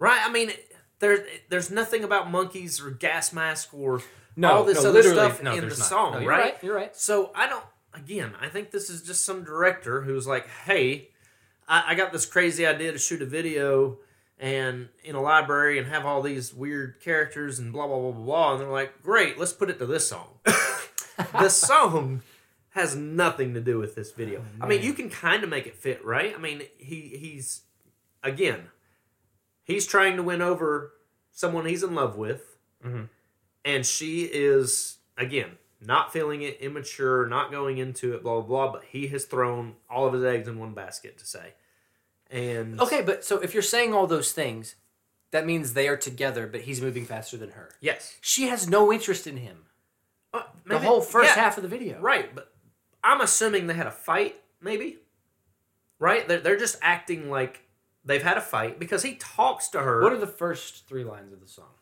Speaker 2: right? I mean, there there's nothing about monkeys or gas mask or
Speaker 1: No,
Speaker 2: all this
Speaker 1: no,
Speaker 2: other
Speaker 1: literally,
Speaker 2: stuff
Speaker 1: no,
Speaker 2: in the
Speaker 1: there's not.
Speaker 2: song,
Speaker 1: No, you're
Speaker 2: right?
Speaker 1: right, you're right.
Speaker 2: So I don't. Again, I think this is just some director who's like, hey, I, I got this crazy idea to shoot a video and in a library and have all these weird characters and blah blah blah blah blah and they're like great let's put it to this song the song has nothing to do with this video
Speaker 1: Oh,
Speaker 2: i mean you can kind of make it fit right i mean he he's again he's trying to win over someone he's in love with and she is again not feeling it immature not going into it blah blah blah but he has thrown all of his eggs in one basket to say and
Speaker 1: Okay, but so if you're saying all those things, that means they are together, but he's moving faster than her.
Speaker 2: yes
Speaker 1: She has no interest in him.
Speaker 2: Uh,
Speaker 1: the
Speaker 2: maybe-
Speaker 1: whole first
Speaker 2: yeah,
Speaker 1: half of the video.
Speaker 2: Right, but I'm assuming they had a fight, maybe. Right? They're, they're just acting like they've had a fight because he talks to her.
Speaker 1: What are the first three lines of the song?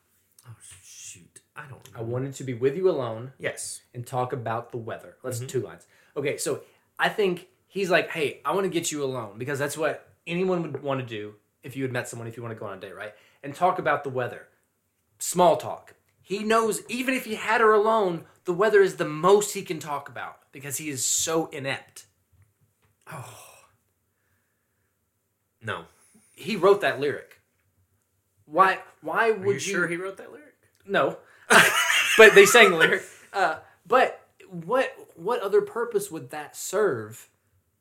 Speaker 2: oh, shoot. I don't
Speaker 1: I
Speaker 2: know.
Speaker 1: wanted to be with you alone
Speaker 2: Yes.
Speaker 1: and talk about the weather. That's
Speaker 2: Mm-hmm.
Speaker 1: two lines. Okay, so I think he's like, hey, I want to get you alone because that's what anyone would want to do if you had met someone, if you want to go on a date, right? And talk about the weather. Small talk. He knows even if he had her alone, the weather is the most he can talk about because he is so inept.
Speaker 2: No.
Speaker 1: He wrote that lyric. Why? Why would
Speaker 2: Are you sure he wrote that lyric?
Speaker 1: No, but they sang the lyric. Uh, but what what other purpose would that serve?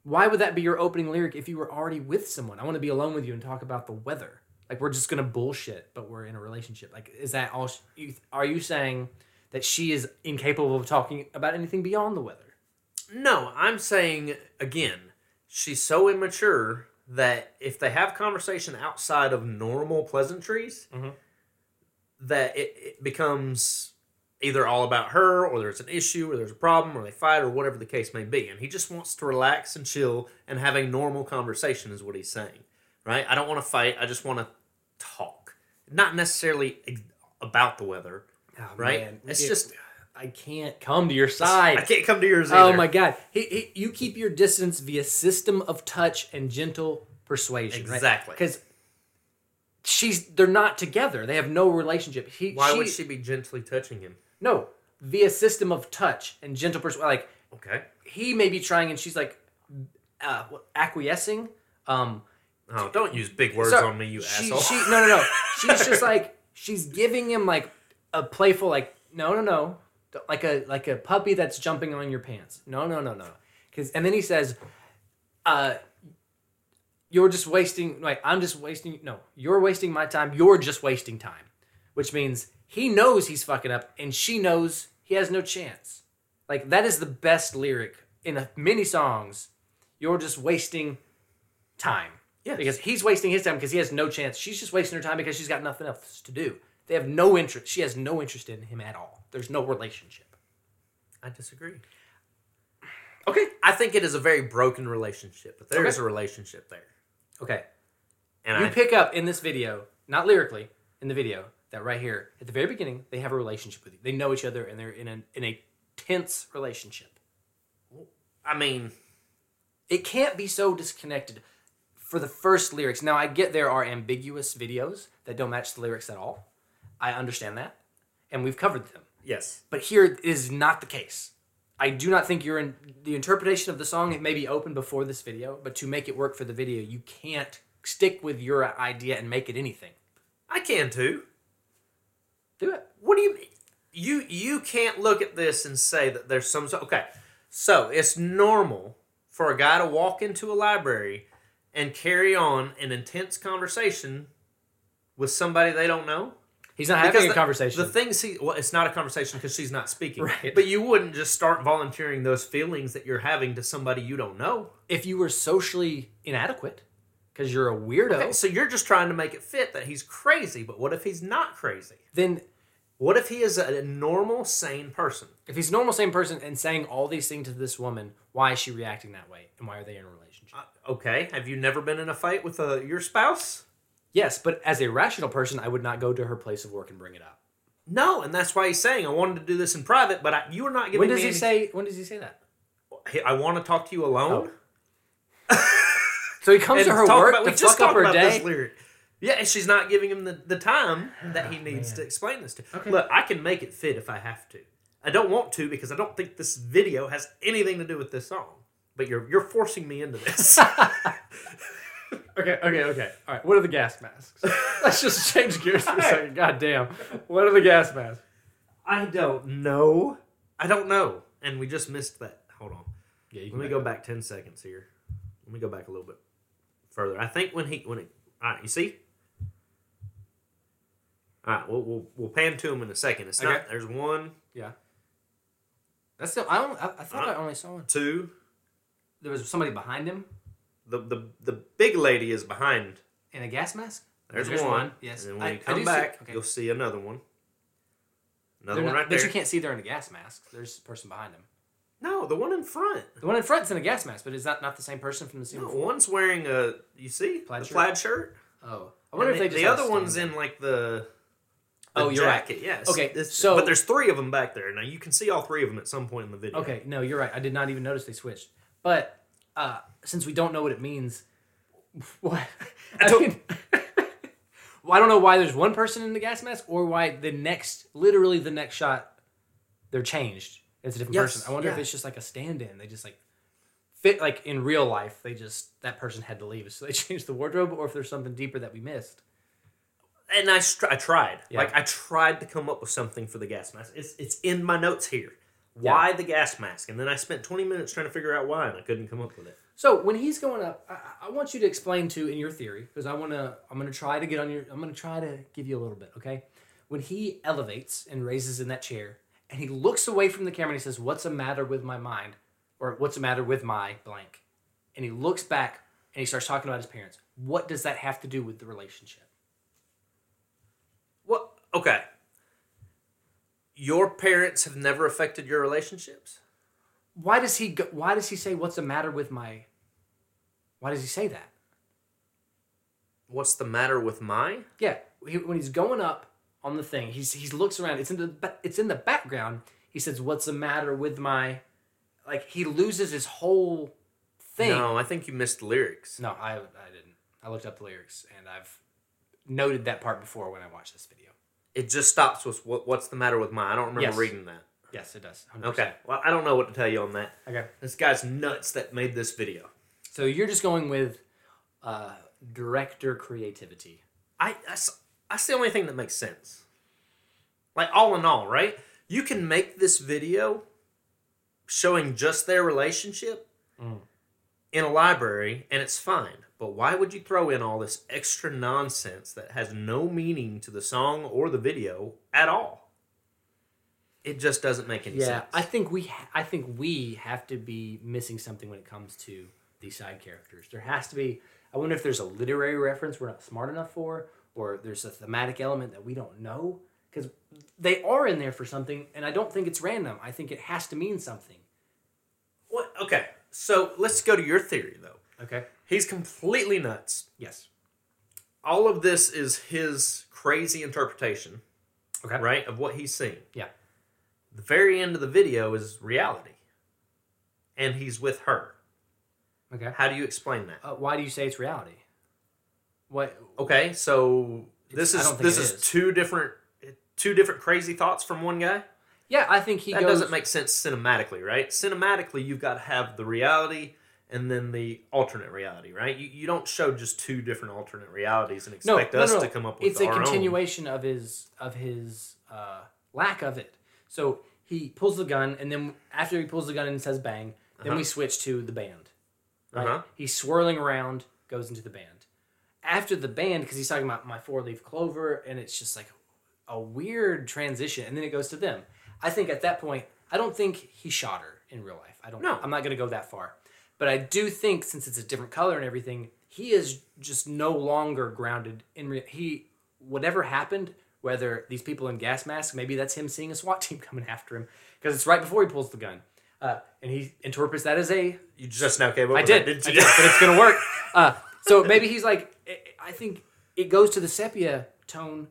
Speaker 1: Why would that be your opening lyric if you were already with someone? I want to be alone with you and talk about the weather. Like we're just gonna bullshit, but we're in a relationship. Like is that all? sh- You, are you saying that she is incapable of talking about anything beyond the weather?
Speaker 2: No, I'm saying, again, she's so immature that if they have conversation outside of normal pleasantries, that it, it becomes either all about her or there's an issue or there's a problem or they fight or whatever the case may be and he just wants to relax and chill and have a normal conversation is what he's saying right i don't want to fight i just want to talk not necessarily ex- about the weather right
Speaker 1: Oh, man.
Speaker 2: it's
Speaker 1: It-
Speaker 2: just
Speaker 1: I can't come to your
Speaker 2: i
Speaker 1: side.
Speaker 2: can't come to yours either.
Speaker 1: Oh my God! He, he, you keep your distance via system of touch and gentle persuasion.
Speaker 2: Exactly.
Speaker 1: Because she's they're not together. They have no relationship. He,
Speaker 2: why would she be gently touching him
Speaker 1: No, via system of touch and gentle persuasion. Like
Speaker 2: okay
Speaker 1: he may be trying, and she's like uh, acquiescing. Um,
Speaker 2: oh don't use big words
Speaker 1: Sorry.
Speaker 2: on me you
Speaker 1: she,
Speaker 2: asshole
Speaker 1: She, no, no, no. She's just like she's giving him like a playful like no, no, no, Don't- like a like a puppy that's jumping on your pants. No, no, no, no. Because and then he says, uh. You're just wasting, like, I'm just wasting, no, you're wasting my time. You're just wasting time, which means He knows he's fucking up, and she knows he has no chance. Like that is the best lyric in many songs. You're just wasting time.
Speaker 2: Yes.
Speaker 1: Because he's wasting his time because he has no chance. She's just wasting her time because she's got nothing else to do. They have no interest. She has no interest in him at all. There's no relationship.
Speaker 2: I disagree.
Speaker 1: Okay.
Speaker 2: I think it is a very broken relationship, but there is
Speaker 1: Okay.
Speaker 2: a relationship there.
Speaker 1: Okay.
Speaker 2: And
Speaker 1: You
Speaker 2: I
Speaker 1: pick up in this video, not lyrically, in the video, that right here, at the very beginning, they have a relationship with you. They know each other and they're in a, in a tense relationship.
Speaker 2: I mean,
Speaker 1: It can't be so disconnected for the first lyrics. Now, I get there are ambiguous videos that don't match the lyrics at all. I understand that. And we've covered them.
Speaker 2: yes.
Speaker 1: But here it is not the case. I do not think you're in the interpretation of the song. It may be open before this video, but to make it work for the video, you can't stick with your idea and make it anything.
Speaker 2: I can too.
Speaker 1: Do it.
Speaker 2: What do you mean? You you can't look at this and say that there's some okay. So it's normal for a guy to walk into a library and carry on an intense conversation with somebody they don't know.
Speaker 1: He's not
Speaker 2: Because
Speaker 1: having a
Speaker 2: the-
Speaker 1: conversation.
Speaker 2: The things he well, it's not a conversation because she's not speaking.
Speaker 1: Right.
Speaker 2: But you wouldn't just start volunteering those feelings that you're having to somebody you don't know.
Speaker 1: if you were socially inadequate, because you're a weirdo,
Speaker 2: Okay, so you're just trying to make it fit that he's crazy. But what if he's not crazy?
Speaker 1: then
Speaker 2: What if he is a normal, sane person?
Speaker 1: if he's a normal same person and saying all these things to this woman, why is she reacting that way? And why are they in a relationship?
Speaker 2: Uh, okay, have you never been in a fight with uh your spouse?
Speaker 1: yes, but as a rational person, I would not go to her place of work and bring it up.
Speaker 2: No, and that's why he's saying I wanted to do this in private, but I, you are not giving
Speaker 1: When does he
Speaker 2: me. any-
Speaker 1: say? When does he say that?
Speaker 2: Hey, I want to talk to you
Speaker 1: Oh.
Speaker 2: alone?
Speaker 1: So he comes to
Speaker 2: And
Speaker 1: her
Speaker 2: talk
Speaker 1: work
Speaker 2: about-
Speaker 1: to fuck up
Speaker 2: talked
Speaker 1: her day.
Speaker 2: this lyric. Yeah, and she's not giving him the, the time that he needs to explain this to. Look, I can make it fit if I have to. I don't want to because I don't think this video has anything to do with this song. But you're you're forcing me into this.
Speaker 1: Okay, okay, okay. All right. What are the gas masks? Let's just change gears for a second. God damn. What are the gas masks?
Speaker 2: I don't know. I don't know. And we just missed that. Hold on.
Speaker 1: Yeah, you
Speaker 2: Let me go back ten seconds here. Let me go back a little bit further. I think when he when it all right, you see. All right, we'll we'll, we'll pan to him in a second. It's
Speaker 1: Okay.
Speaker 2: not. There's one,
Speaker 1: Yeah. That's the. I, only, I, I thought I only saw one.
Speaker 2: two.
Speaker 1: There was somebody behind him
Speaker 2: The the the big lady is behind.
Speaker 1: in a gas mask.
Speaker 2: There's, one.
Speaker 1: Yes.
Speaker 2: And then when
Speaker 1: I-
Speaker 2: you
Speaker 1: I
Speaker 2: come
Speaker 1: do see-
Speaker 2: back,
Speaker 1: okay.
Speaker 2: you'll see another one. Another
Speaker 1: They're
Speaker 2: one
Speaker 1: not-
Speaker 2: right
Speaker 1: but
Speaker 2: there.
Speaker 1: you can't see they're in a gas mask. There's a person behind them.
Speaker 2: No, the one in front.
Speaker 1: The one in front's in a gas mask, but is that not the same person from the scene
Speaker 2: No,
Speaker 1: before?
Speaker 2: one's wearing a you see
Speaker 1: Plaid
Speaker 2: the
Speaker 1: shirt?
Speaker 2: plaid shirt.
Speaker 1: Oh, I wonder
Speaker 2: And
Speaker 1: if they
Speaker 2: the,
Speaker 1: just
Speaker 2: the
Speaker 1: had a
Speaker 2: other one's
Speaker 1: stand-
Speaker 2: in like the.
Speaker 1: Oh, you're right.
Speaker 2: jacket, Yes.
Speaker 1: Okay,
Speaker 2: It's-
Speaker 1: so-
Speaker 2: but there's three of them back there. Now you can see all three of them at some point in the video.
Speaker 1: Okay, no, you're right. I did not even notice they switched. But uh, since we don't know what it means, what I,
Speaker 2: don't-
Speaker 1: mean, well, I don't know why there's one person in the gas mask, or why the next, literally the next shot, they're changed. It's a different
Speaker 2: Yes,
Speaker 1: person. I wonder if
Speaker 2: yeah.
Speaker 1: it's just like a stand-in. They just like fit like in real life. They just that person had to leave, so they changed the wardrobe, or if there's something deeper that we missed.
Speaker 2: And I, str- I tried.
Speaker 1: Yeah.
Speaker 2: Like I tried to come up with something for the gas mask. It's it's in my notes here. Why the gas mask? And then I spent 20 minutes trying to figure out why, and I couldn't come up with it.
Speaker 1: So when he's going up, I- I, I want you to explain to in your theory because I want to. I'm going to try to get on your. I'm going to try to give you a little bit. Okay, when he elevates and raises in that chair, and he looks away from the camera and he says, "What's the matter with my mind?" or "What's the matter with my blank?" and he looks back and he starts talking about his parents. What does that have to do with the relationship?
Speaker 2: What? Okay. Your parents have never affected your relationships.
Speaker 1: Why does he? Go, why does he say, "What's the matter with my?" Why does he say that?
Speaker 2: What's the matter with mine?
Speaker 1: Yeah, he, when he's going up on the thing, he's he looks around. It's in the ba- it's in the background. He says, "What's the matter with my?" Like he loses his whole thing.
Speaker 2: No, I think you missed the lyrics.
Speaker 1: No, I I didn't. I looked up the lyrics and I've noted that part before when I watched this video.
Speaker 2: It just stops with what, what's the matter with mine. I don't remember
Speaker 1: Yes.
Speaker 2: reading that.
Speaker 1: Yes, it does. 100%.
Speaker 2: Okay. Well, I don't know what to tell you on that.
Speaker 1: Okay.
Speaker 2: This guy's nuts that made this video.
Speaker 1: So you're just going with uh, director creativity.
Speaker 2: I that's, that's the only thing that makes sense. Like all in all, right? You can make this video showing just their relationship in a library, and it's fine. But why would you throw in all this extra nonsense that has no meaning to the song or the video at all? It just doesn't make any
Speaker 1: yeah,
Speaker 2: sense.
Speaker 1: I think we ha- I think we have to be missing something when it comes to these side characters. There has to be. I wonder if there's a literary reference we're not smart enough for, or there's a thematic element that we don't know because they are in there for something, and I don't think it's random. I think it has to mean something.
Speaker 2: What? Okay, so let's go to your theory though.
Speaker 1: Okay.
Speaker 2: He's completely nuts.
Speaker 1: Yes.
Speaker 2: All of this is his crazy interpretation,
Speaker 1: Okay.
Speaker 2: right, of what he's seen.
Speaker 1: Yeah.
Speaker 2: The very end of the video is reality, and he's with her.
Speaker 1: Okay.
Speaker 2: How do you explain that?
Speaker 1: Uh, why do you say it's reality? What?
Speaker 2: Okay, so this
Speaker 1: I
Speaker 2: is
Speaker 1: don't think
Speaker 2: this
Speaker 1: it
Speaker 2: is,
Speaker 1: is.
Speaker 2: two different two different crazy thoughts from one guy.
Speaker 1: Yeah, I think he
Speaker 2: That
Speaker 1: goes.
Speaker 2: doesn't make sense cinematically, right? Cinematically, you've got to have the reality and then the alternate reality, right? You, you don't show just two different alternate realities and
Speaker 1: no,
Speaker 2: expect
Speaker 1: no, no,
Speaker 2: us
Speaker 1: no.
Speaker 2: to come up with
Speaker 1: it's
Speaker 2: our
Speaker 1: a
Speaker 2: own.
Speaker 1: continuation of his of his uh, lack of it. So he pulls the gun, and then after he pulls the gun and says "bang," then we switch to the band. Right?
Speaker 2: Uh-huh.
Speaker 1: He's swirling around, goes into the band. After the band, because he's talking about my four leaf clover, and it's just like a weird transition, and then it goes to them. I think at that point, I don't think he shot her in real life. I don't.
Speaker 2: No.
Speaker 1: I'm not going to go that far, but I do think since it's a different color and everything, he is just no longer grounded in real. He whatever happened, whether these people in gas masks, maybe that's him seeing a SWAT team coming after him because it's right before he pulls the gun, uh, and he interprets that as a
Speaker 2: You just now came up
Speaker 1: I
Speaker 2: with
Speaker 1: did.
Speaker 2: that, didn't
Speaker 1: I
Speaker 2: you?
Speaker 1: did, but it's gonna work. Uh, so maybe he's like, I- I think it goes to the sepia tone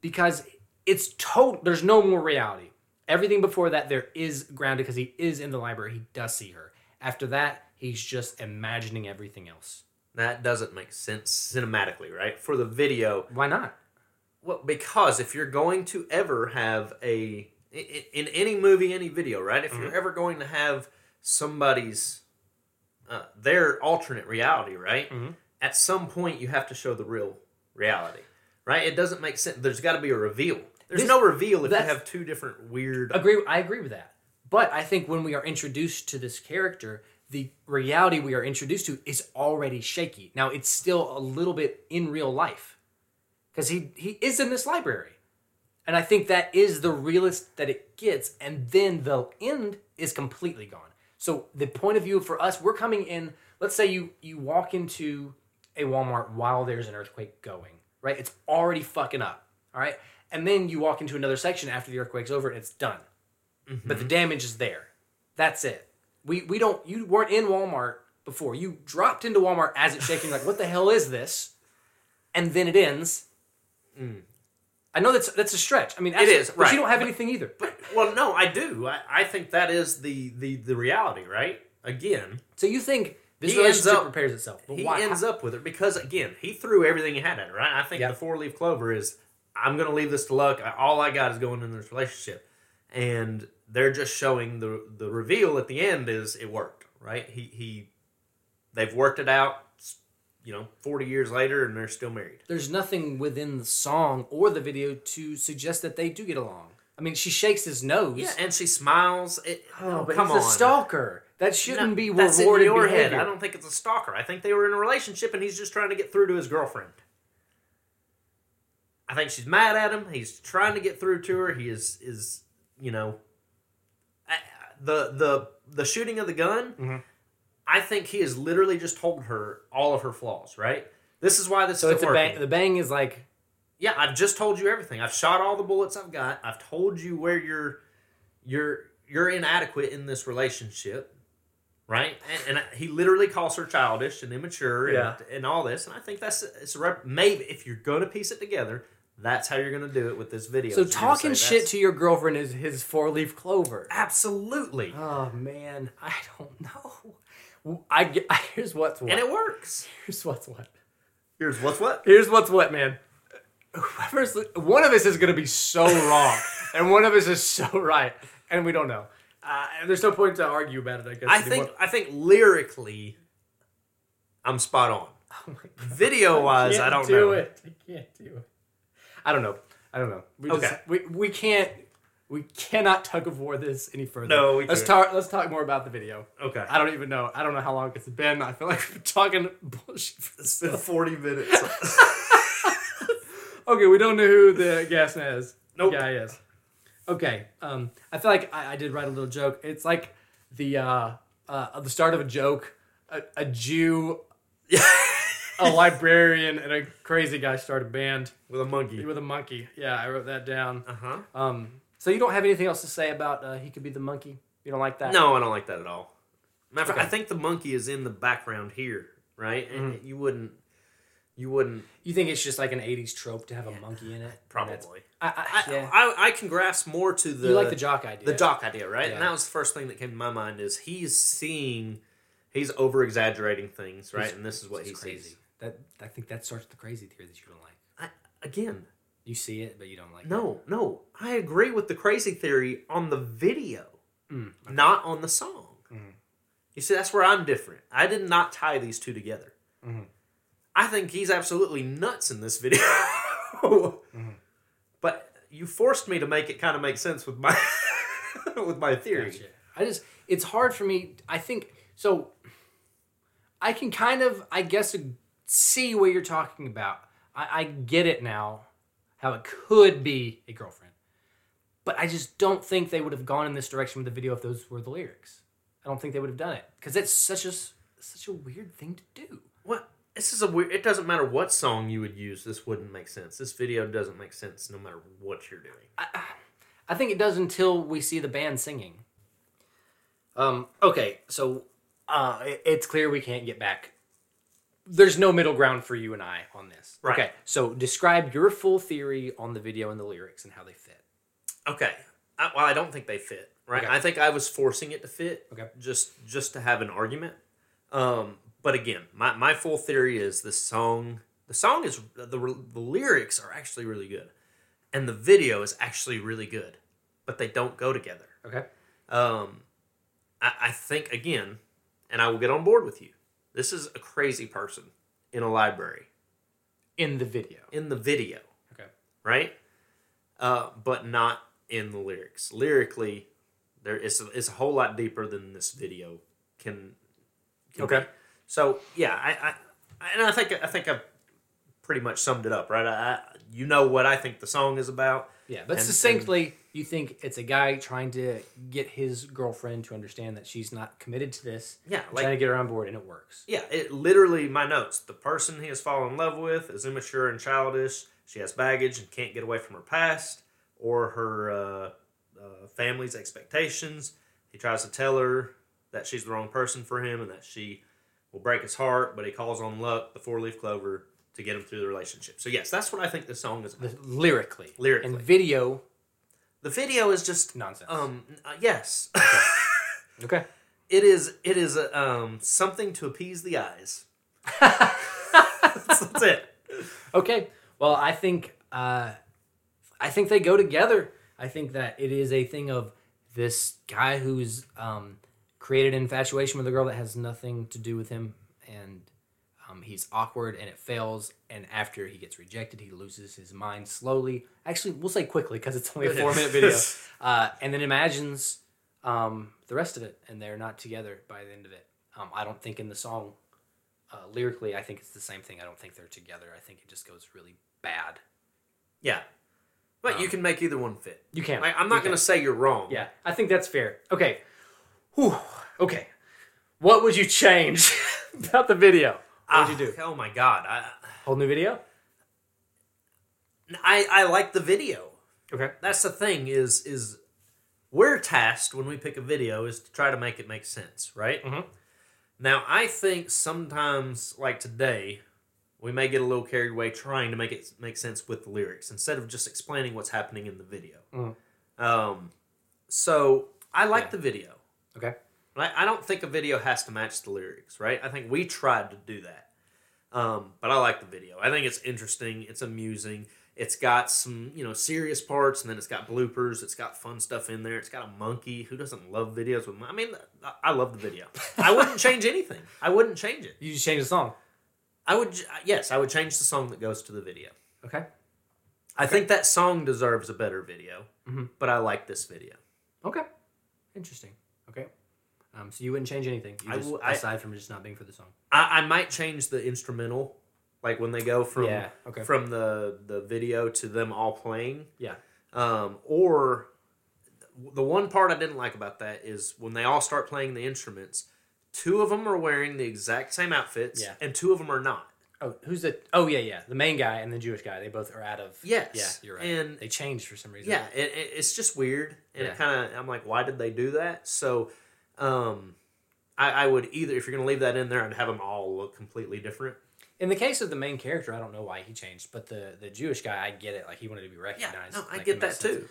Speaker 1: because it's total. There's no more reality. Everything before that there is grounded because he is in the library. He does see her. After that, he's just imagining everything else.
Speaker 2: That doesn't make sense cinematically, right? For the video,
Speaker 1: Why not?
Speaker 2: Well, because if you're going to ever have a i- i- in any movie, any video, right? If
Speaker 1: Mm-hmm.
Speaker 2: you're ever going to have somebody's uh, their alternate reality, right?
Speaker 1: Mm-hmm.
Speaker 2: At some point, you have to show the real reality, right? It doesn't make sense. There's got to be a reveal. There's
Speaker 1: This-
Speaker 2: no reveal if you
Speaker 1: that's-
Speaker 2: have two different weird.
Speaker 1: Agree. I agree with that. But I think when we are introduced to this character, the reality we are introduced to is already shaky. Now it's still a little bit in real life because he he is in this library, and I think that is the realest that it gets. And then the end is completely gone. So the point of view for us, we're coming in. Let's say you you walk into a Walmart while there's an earthquake going. Right, it's already fucking up. All right, and then you walk into another section after the earthquake's over and it's done but the damage is there. That's it. We we don't. You weren't in Walmart before. You dropped into Walmart as it's shaking. like, what the hell is this? And then it ends. Mm. I know that's that's a stretch. I mean, actually,
Speaker 2: is,
Speaker 1: but
Speaker 2: right.
Speaker 1: You don't have anything either. But
Speaker 2: Well, no, I do. I, I think that is the the the reality, right? Again,
Speaker 1: so you think this
Speaker 2: He ends
Speaker 1: relationship
Speaker 2: up-
Speaker 1: repairs itself? But
Speaker 2: he
Speaker 1: why?
Speaker 2: ends up with it because again he threw everything he had at it right i think
Speaker 1: Yeah.
Speaker 2: the four leaf clover is i'm gonna leave this to luck I- all i got is going in this relationship and they're just showing the the reveal at the end is it worked right he he they've worked it out you know 40 years later and they're still married
Speaker 1: There's nothing within the song or the video to suggest that they do get along. I mean, she shakes his nose.
Speaker 2: yeah and she smiles it,
Speaker 1: Oh, but
Speaker 2: come
Speaker 1: he's a
Speaker 2: on
Speaker 1: stalker. That shouldn't
Speaker 2: No,
Speaker 1: be rewarded.
Speaker 2: that's in your
Speaker 1: behavior.
Speaker 2: head i don't think it's a stalker i think they were in a relationship and he's just trying to get through to his girlfriend i think she's mad at him he's trying to get through to her he is is you know I- the the the shooting of the gun
Speaker 1: Mm-hmm.
Speaker 2: i think he has literally just told her all of her flaws right this is why this
Speaker 1: So
Speaker 2: is
Speaker 1: it's a bang. The bang is like
Speaker 2: yeah, I've just told you everything. I've shot all the bullets I've got. I've told you where you're you're you're inadequate in this relationship, right? And, and he literally calls her childish and immature and,
Speaker 1: Yeah.
Speaker 2: and all this. And I think that's it's a rep, maybe if you're gonna piece it together, that's how you're gonna do it with this video.
Speaker 1: So
Speaker 2: is you're gonna
Speaker 1: talking
Speaker 2: say
Speaker 1: shit
Speaker 2: that's-
Speaker 1: to your girlfriend is his four leaf clover.
Speaker 2: absolutely,
Speaker 1: Oh man, I don't know. I, get- here's what's what.
Speaker 2: and it works.
Speaker 1: here's what's what.
Speaker 2: Here's what's what.
Speaker 1: Here's what's what, man. Whoever's one of us is gonna be so wrong, and one of us is so right, and we don't know. Uh, and there's no point to argue about it. I guess
Speaker 2: I think I think lyrically, I'm spot on. Video wise, I, don't
Speaker 1: do
Speaker 2: know.
Speaker 1: it. I can't do it. I don't know. I don't know. We
Speaker 2: Okay.
Speaker 1: just, we we can't. We cannot tug of war this any further.
Speaker 2: No, we
Speaker 1: let's
Speaker 2: can't.
Speaker 1: talk. Let's talk more about the video.
Speaker 2: Okay.
Speaker 1: I don't even know. I don't know how long it's been. I feel like we're talking bullshit. For
Speaker 2: It's been 40 minutes.
Speaker 1: Okay, we don't know who the gas is.
Speaker 2: Nope.
Speaker 1: Guy is. Okay. Um, I feel like I, I did write a little joke. It's like the uh, uh, the start of a joke. A, a Jew, a librarian, and a crazy guy start a band
Speaker 2: With a monkey.
Speaker 1: with a monkey. Yeah, I wrote that down.
Speaker 2: Uh huh.
Speaker 1: Um, so you don't have anything else to say about uh, he could be the monkey? You don't like that?
Speaker 2: No, I don't like that at all. Matter of fact, I Mm-hmm. think the monkey is in the background here, right? And you wouldn't, you wouldn't
Speaker 1: You think it's just like an '80s trope to have a monkey in it? That's-
Speaker 2: probably.
Speaker 1: I, I,
Speaker 2: I,
Speaker 1: yeah.
Speaker 2: I, I can grasp more to the
Speaker 1: you like the jock idea?
Speaker 2: the doc idea, right? And
Speaker 1: Yeah.
Speaker 2: that was the first thing that came to my mind is he's seeing, he's over exaggerating things, right? and this is what
Speaker 1: It's
Speaker 2: he
Speaker 1: crazy.
Speaker 2: sees.
Speaker 1: That I think that starts the crazy theory that you don't like.
Speaker 2: I, again,
Speaker 1: You see it, but you don't like it.
Speaker 2: no, no, I agree with the crazy theory on the video,
Speaker 1: Mm,
Speaker 2: not on the song. You see, that's where I'm different. I did not tie these two together.
Speaker 1: Mhm.
Speaker 2: I think he's absolutely nuts in this video,
Speaker 1: Mm-hmm.
Speaker 2: but you forced me to make it kind of make sense with my with my theory.
Speaker 1: Gotcha. I just, it's hard for me. I think, so I can kind of, I guess, see what you're talking about. I, I get it now, how it could be a girlfriend. But I just don't think they would have gone in this direction with the video if those were the lyrics. I don't think they would have done it because that's such a s- such a weird thing to do.
Speaker 2: What? This is a weird. It doesn't matter what song you would use. This wouldn't make sense. This video doesn't make sense no matter what you're doing.
Speaker 1: I think it does until we see the band singing. Um, okay, so uh, it- it's clear we can't get back. There's no middle ground for you and I on this.
Speaker 2: Right.
Speaker 1: Okay, so describe your full theory on the video and the lyrics and how they fit.
Speaker 2: Okay. I, well, I don't think they fit. Right.
Speaker 1: Okay.
Speaker 2: I think I was forcing it to fit.
Speaker 1: Okay.
Speaker 2: Just just to have an argument. Um. But again, my my full theory is the song. The song is the the lyrics are actually really good, and the video is actually really good, but they don't go together.
Speaker 1: Okay.
Speaker 2: Um, I, I think again, and I will get on board with you. This is a crazy person in a library
Speaker 1: In the video.
Speaker 2: in the video,
Speaker 1: Okay.
Speaker 2: right? Uh, but not in the lyrics. Lyrically, there is it's a whole lot deeper than this video can. can
Speaker 1: Okay.
Speaker 2: be. So yeah, I, I and I think I think I pretty much summed it up, right? I, I you know what I think the song is about.
Speaker 1: Yeah, but
Speaker 2: And-
Speaker 1: succinctly, you think it's a guy trying to get his girlfriend to understand that she's not committed to this.
Speaker 2: Yeah,
Speaker 1: trying
Speaker 2: like
Speaker 1: to get her on board, and it works.
Speaker 2: Yeah, it literally my notes. The person he has fallen in love with is immature and childish. She has baggage and can't get away from her past or her uh, uh, family's expectations. He tries to tell her that she's the wrong person for him and that she will break his heart, but he calls on luck, the four leaf clover, to get him through the relationship. So yes, that's what I think this song is.
Speaker 1: The- lyrically.
Speaker 2: Lyrically.
Speaker 1: And video
Speaker 2: The video is just
Speaker 1: nonsense.
Speaker 2: um uh, yes,
Speaker 1: okay.
Speaker 2: it is it is uh, um something to appease the eyes. that's, that's it.
Speaker 1: Okay. Well, I think uh, I think they go together. I think that it is a thing of this guy who's um, created infatuation with a girl that has nothing to do with him, and um, he's awkward, and it fails. And after he gets rejected, he loses his mind slowly. Actually, we'll say quickly because it's only a four minute video. Uh, and then imagines um, the rest of it, and they're not together by the end of it. Um, I don't think in the song uh, lyrically, I think it's the same thing. I don't think they're together. I think it just goes really bad.
Speaker 2: Yeah. But you can make either one fit.
Speaker 1: You can't.
Speaker 2: Like, I'm not
Speaker 1: You
Speaker 2: going to
Speaker 1: can't.
Speaker 2: say you're wrong.
Speaker 1: Um, Yeah, I think that's fair. Okay. Whew. Okay. What would you change about the video? What would you do?
Speaker 2: Ah, Oh my god. I
Speaker 1: Whole new video?
Speaker 2: I, I like the video.
Speaker 1: Okay.
Speaker 2: That's the thing is is we're tasked when we pick a video is to try to make it make sense, right?
Speaker 1: Mhm.
Speaker 2: Now, I think sometimes like today, we may get a little carried away trying to make it make sense with the lyrics instead of just explaining what's happening in the video.
Speaker 1: Mhm.
Speaker 2: Um, so I like
Speaker 1: Yeah.
Speaker 2: the video.
Speaker 1: Okay.
Speaker 2: Right? I don't think a video has to match the lyrics, right? I think we tried to do that. Um, but I like the video. I think it's interesting. It's amusing. It's got some, you know, serious parts, and then it's got bloopers. It's got fun stuff in there. It's got a monkey. Who doesn't love videos with? mon- I mean, I- I love the video. I wouldn't change anything. I wouldn't change it.
Speaker 1: You just change the song.
Speaker 2: I would. j- Yes, I would change the song that goes to the video.
Speaker 1: Okay.
Speaker 2: I think that song deserves a better video,
Speaker 1: Mhm.
Speaker 2: but I like this video.
Speaker 1: Okay. Interesting. Okay. Um, so you wouldn't change anything. You
Speaker 2: I
Speaker 1: just,
Speaker 2: will- I-
Speaker 1: aside from just not being for the song.
Speaker 2: I, I might change the instrumental, like when they go from
Speaker 1: Yeah, okay.
Speaker 2: from the the video to them all playing.
Speaker 1: Yeah.
Speaker 2: Um, or the one part I didn't like about that is when they all start playing the instruments. Two of them are wearing the exact same outfits,
Speaker 1: Yeah.
Speaker 2: and two of them are not.
Speaker 1: Oh, who's the? Oh yeah, yeah. The main guy and the Jewish guy. They both are out of.
Speaker 2: Yes.
Speaker 1: Yeah, you're right.
Speaker 2: And-
Speaker 1: they changed for some reason.
Speaker 2: Yeah, it, it, it's just weird, and
Speaker 1: Yeah.
Speaker 2: it kind of I'm like, why did they do that? So, um, I, I would either if you're gonna leave that in there, I'd have them all look completely different.
Speaker 1: In the case of the main character, I don't know why he changed, but the the Jewish guy, I get it. Like he wanted to be recognized.
Speaker 2: no, I
Speaker 1: Like, it
Speaker 2: get that
Speaker 1: makes sense.
Speaker 2: too.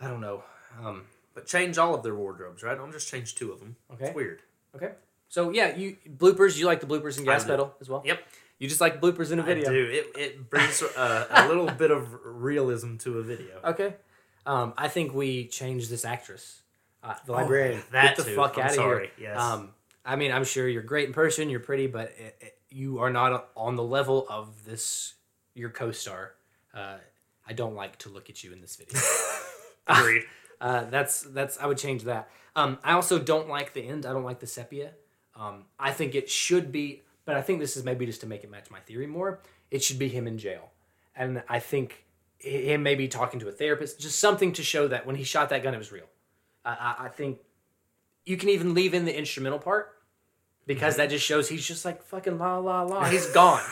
Speaker 1: I don't know. Um,
Speaker 2: But change all of their wardrobes, right? I'll just change two of them.
Speaker 1: Okay.
Speaker 2: It's weird.
Speaker 1: okay. So yeah, you bloopers. You like the bloopers in
Speaker 2: I
Speaker 1: Gas
Speaker 2: do.
Speaker 1: Pedal as well.
Speaker 2: Yep.
Speaker 1: You just like bloopers in a video.
Speaker 2: I do. It, it brings a, a little bit of realism to a video.
Speaker 1: Okay. Um, I think we change this actress, uh, the
Speaker 2: Oh,
Speaker 1: librarian.
Speaker 2: that
Speaker 1: Get the
Speaker 2: too.
Speaker 1: fuck
Speaker 2: I'm
Speaker 1: out of
Speaker 2: sorry.
Speaker 1: here.
Speaker 2: Yes.
Speaker 1: Um, I mean, I'm sure you're great in person. You're pretty, but it, it, you are not on the level of this your co-star. Uh, I don't like to look at you in this video.
Speaker 2: Agreed.
Speaker 1: Uh, that's that's I would change that. Um, I also don't like the end. I don't like the sepia. Um, I think it should be, but I think this is maybe just to make it match my theory more. It should be him in jail, and I think hi- him maybe talking to a therapist, just something to show that when he shot that gun, it was real. I, I, I think you can even leave in the instrumental part because that just shows he's just like fucking la la la. He's gone,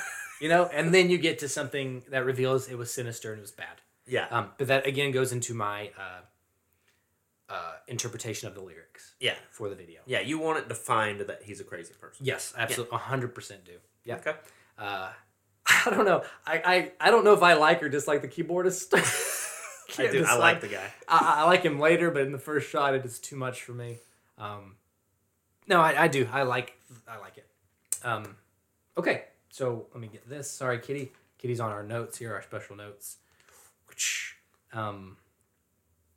Speaker 1: you know. And then you get to something that reveals it was sinister and it was bad.
Speaker 2: yeah.
Speaker 1: Um, but that again goes into my uh, uh, interpretation of the lyrics
Speaker 2: yeah.
Speaker 1: for the video.
Speaker 2: Yeah. You want it defined that he's a crazy person.
Speaker 1: Yes, absolutely, hundred percent do. Yeah.
Speaker 2: Okay.
Speaker 1: Uh, I don't know. I, I I don't know if I like or dislike the keyboardist.
Speaker 2: I
Speaker 1: Can't
Speaker 2: do. I
Speaker 1: decide.
Speaker 2: like the guy.
Speaker 1: I, I like him later, but in the first shot, it is too much for me. Um, no, I, I do. I like I like it. Um, okay, so let me get this. Sorry, Kitty. Kitty's on our notes here, our special notes. Um,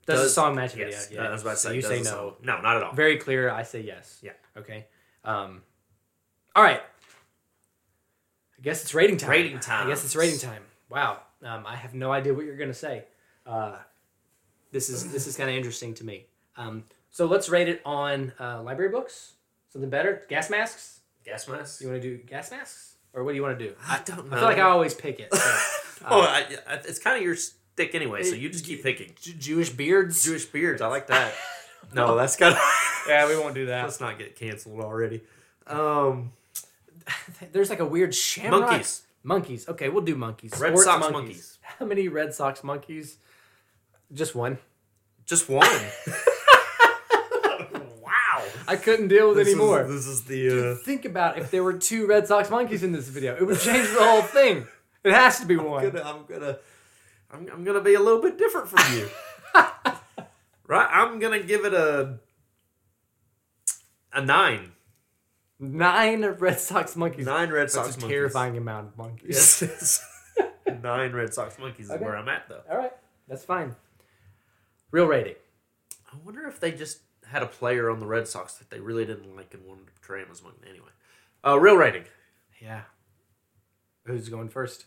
Speaker 1: does, the
Speaker 2: Does-
Speaker 1: song match a video?
Speaker 2: Yes.
Speaker 1: Yeah.
Speaker 2: I was about to
Speaker 1: So
Speaker 2: say.
Speaker 1: you
Speaker 2: does
Speaker 1: say
Speaker 2: it
Speaker 1: no.
Speaker 2: sound- No, not at all.
Speaker 1: Very clear. I say yes.
Speaker 2: Yeah.
Speaker 1: Okay. Um, all right. I guess it's rating time.
Speaker 2: Rating time.
Speaker 1: I guess it's rating time. Wow. Um, I have no idea what you're gonna say. Uh, this is this is kind of interesting to me. Um, so let's rate it on uh, library books. Something better. Gas masks.
Speaker 2: Gas mask.
Speaker 1: You want to do gas masks, or what do you want to do?
Speaker 2: I don't know.
Speaker 1: I feel like I always pick it. So,
Speaker 2: oh, I, I- it's kind of your stick anyway, so you just keep picking.
Speaker 1: J- Jewish beards.
Speaker 2: Jewish beards. I like that. no, that's got.
Speaker 1: Yeah, we won't do that.
Speaker 2: Let's not get canceled already. Um,
Speaker 1: There's like a weird shamrock.
Speaker 2: monkeys.
Speaker 1: Monkeys. Okay, we'll do monkeys.
Speaker 2: Red
Speaker 1: Sports
Speaker 2: Sox monkeys.
Speaker 1: How many Red Sox monkeys? Just one.
Speaker 2: Just one. wow.
Speaker 1: I couldn't deal with
Speaker 2: This
Speaker 1: any
Speaker 2: is,
Speaker 1: more.
Speaker 2: this is the. Uh,
Speaker 1: Think about if there were two Red Sox monkeys in this video. It would change the whole thing. It has to be one.
Speaker 2: gonna- I'm gonna, I'm, I'm gonna be a little bit different from you, right? I'm gonna give it a a nine,
Speaker 1: Nine Red Sox monkeys.
Speaker 2: nine Red
Speaker 1: That's
Speaker 2: Sox
Speaker 1: a
Speaker 2: monkeys.
Speaker 1: terrifying amount of monkeys.
Speaker 2: Yes, it is. nine Red Sox monkeys
Speaker 1: Okay.
Speaker 2: is where I'm at though.
Speaker 1: All right, that's fine. Real rating.
Speaker 2: I wonder if they just had a player on the Red Sox that they really didn't like and wanted to portray him as one. Anyway, uh, real rating.
Speaker 1: Yeah. Who's going first?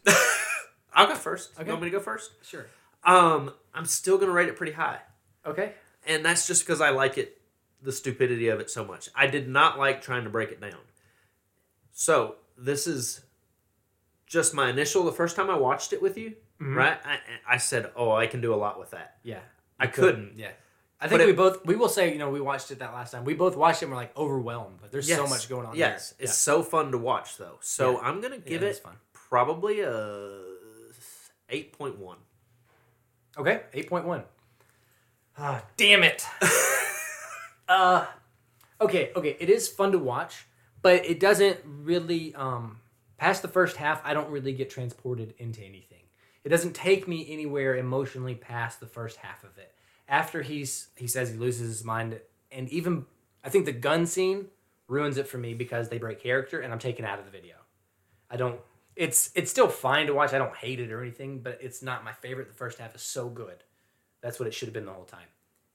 Speaker 2: I'll go first.
Speaker 1: Okay.
Speaker 2: You want me to go first?
Speaker 1: sure.
Speaker 2: Um, I'm still gonna rate it pretty high.
Speaker 1: Okay.
Speaker 2: and that's just because I like it, the stupidity of it so much. I did not like trying to break it down. So this is just my initial. The first time I watched it with you,
Speaker 1: Mm-hmm.
Speaker 2: right? I, I said, "Oh, I can do a lot with that."
Speaker 1: Yeah.
Speaker 2: I couldn't.
Speaker 1: Yeah. I think
Speaker 2: it-
Speaker 1: we both we will say you know we watched it that last time. We both watched it. and We're like overwhelmed, but there's so
Speaker 2: Yes.
Speaker 1: much going on.
Speaker 2: Yes,
Speaker 1: there.
Speaker 2: it's so fun to watch though. So I'm gonna give
Speaker 1: it is
Speaker 2: it
Speaker 1: fun.
Speaker 2: probably a eight point one.
Speaker 1: Okay, eight point one. Ah, damn it. uh, okay, okay. It is fun to watch, but it doesn't really. Um, past the first half, I don't really get transported into anything. It doesn't take me anywhere emotionally past the first half of it. After he's he says he loses his mind, and even I think the gun scene ruins it for me because they break character, and I'm taken out of the video. I don't. It's it's still fine to watch. I don't hate it or anything, but it's not my favorite. The first half is so good. That's what it should have been the whole time.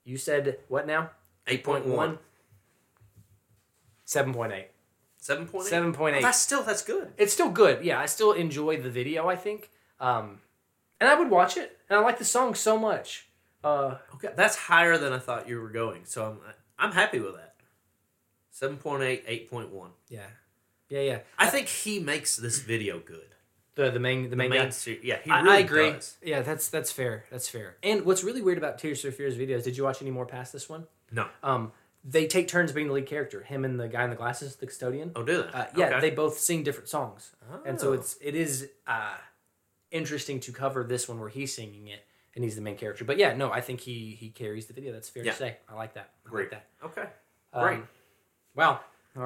Speaker 1: You said what now?
Speaker 2: 8.1.
Speaker 1: 7.8.
Speaker 2: 7.8?
Speaker 1: 7.8.
Speaker 2: That's still that's good.
Speaker 1: It's still good. Yeah, I still enjoy the video, I think. Um, and I would watch it, and I like the song so much. Uh,
Speaker 2: Okay, that's higher than I thought you were going. So I'm I'm happy with that. 7.8, 8.1.
Speaker 1: yeah, yeah, yeah.
Speaker 2: I think he makes this video good.
Speaker 1: The the main the
Speaker 2: The
Speaker 1: main, guy.
Speaker 2: main ser- yeah, he
Speaker 1: I,
Speaker 2: really
Speaker 1: I agree.
Speaker 2: does.
Speaker 1: Yeah, that's that's fair. That's fair. And what's really weird about Tears for Fears videos? Did you watch any more past this one?
Speaker 2: No.
Speaker 1: Um, they take turns being the lead character. Him and the guy in the glasses, the custodian.
Speaker 2: Oh, do that.
Speaker 1: Uh, yeah, they both sing different songs, and
Speaker 2: Oh.
Speaker 1: so it's it is uh, interesting to cover this one where he's singing it and he's the main character. But yeah, no, I think he he carries the video. That's fair
Speaker 2: Yeah.
Speaker 1: to say. I like that. I
Speaker 2: Great.
Speaker 1: like that.
Speaker 2: Oh, Okay.
Speaker 1: Um,
Speaker 2: Great.
Speaker 1: Wow. All right.
Speaker 2: All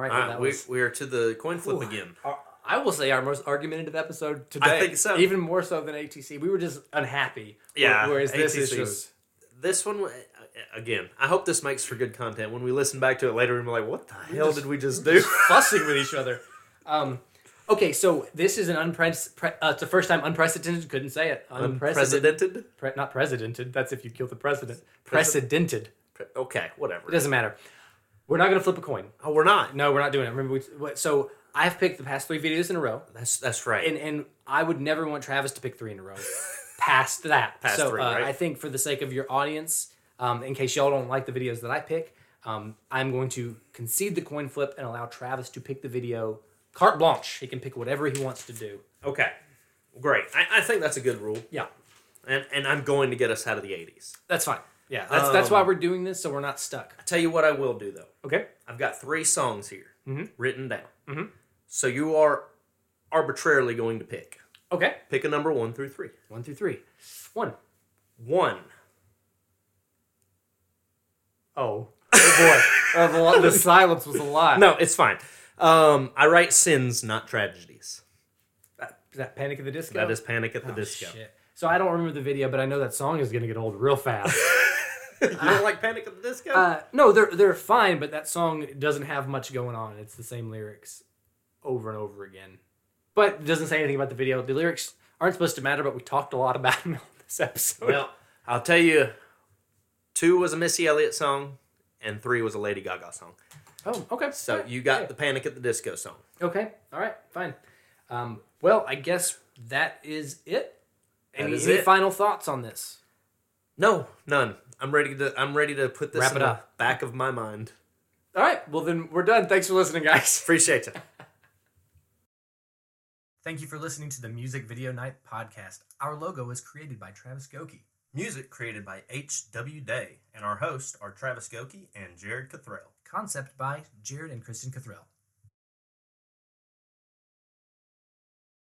Speaker 1: well,
Speaker 2: right,
Speaker 1: that
Speaker 2: we,
Speaker 1: was,
Speaker 2: we are to the coin flip
Speaker 1: Ooh.
Speaker 2: again.
Speaker 1: our- I will say our most argumentative episode today.
Speaker 2: think so.
Speaker 1: Even more so than ATC. We were just unhappy.
Speaker 2: Yeah,
Speaker 1: Whereas this is
Speaker 2: ATC
Speaker 1: just.
Speaker 2: This one, uh, again, I hope this makes for good content. When we listen back to it later, we're like, what the hell
Speaker 1: just-
Speaker 2: did we just do?
Speaker 1: fussing with each other. Um, okay, so this is an unprecedented. Pre- uh, it's the first time unprecedented. Couldn't say it. Unprecedented.
Speaker 2: Unprecedented?
Speaker 1: Pre- not precedented. That's if you kill the president. Precedented.
Speaker 2: Pre- Okay,
Speaker 1: It
Speaker 2: whatever.
Speaker 1: doesn't matter. We're not gonna flip a coin.
Speaker 2: Oh, we're not.
Speaker 1: No, we're not doing it. Remember, we, what- so I've picked the past three videos in a row,
Speaker 2: That's that's right.
Speaker 1: and and I would never want Travis to pick three in a row. past that,
Speaker 2: Past
Speaker 1: so
Speaker 2: three,
Speaker 1: uh,
Speaker 2: right?
Speaker 1: I think for the sake of your audience, um, in case y'all don't like the videos that I pick, um, I'm going to concede the coin flip and allow Travis to pick the video carte blanche. He can pick whatever he wants to do.
Speaker 2: okay, great. I, I think that's a good rule,
Speaker 1: Yeah,
Speaker 2: and and I'm going to get us out of the '80s.
Speaker 1: that's fine. Yeah, that's that's
Speaker 2: um,
Speaker 1: why we're doing this, so we're not stuck.
Speaker 2: I tell you what, I will do though.
Speaker 1: Okay.
Speaker 2: I've got three songs here written down. So you are arbitrarily going to pick
Speaker 1: Okay.
Speaker 2: pick a number one through three.
Speaker 1: One through three. One.
Speaker 2: One.
Speaker 1: Oh. Oh boy. Uh, the, lo- the silence was a lot.
Speaker 2: No, it's fine. Um, I write sins, not tragedies.
Speaker 1: Is that Panic of the Disco?
Speaker 2: That is Panic at the Disco.
Speaker 1: Oh, Shit. So I don't remember the video, but I know that song is gonna get old real fast.
Speaker 2: you don't like Panic at the Disco?
Speaker 1: uh, no, they're they're fine, but that song doesn't have much going on. It's the same lyrics over and over again, but it doesn't say anything about the video. The lyrics aren't supposed to matter, but we talked a lot about them on this episode.
Speaker 2: well, I'll tell you, two was a Missy Elliott song, and three was a Lady Gaga song.
Speaker 1: oh, okay.
Speaker 2: So you got the Panic at the Disco song.
Speaker 1: okay. All right, fine. Um, well, I guess that is it. Any,
Speaker 2: is
Speaker 1: any
Speaker 2: it.
Speaker 1: final thoughts on this?
Speaker 2: No, none. I'm ready to. I'm ready to put this
Speaker 1: Wrap
Speaker 2: in
Speaker 1: it
Speaker 2: the
Speaker 1: up.
Speaker 2: back of my mind.
Speaker 1: All right. Well, then we're done. Thanks for listening, guys.
Speaker 2: Appreciate it.
Speaker 1: Thank you for listening to the Music Video Night podcast. Our logo was created by Travis Goki.
Speaker 2: Music created by H.W. Day, and our hosts are Travis Goki and Jared Cathrell.
Speaker 1: Concept by Jared and Kristen Cathrell.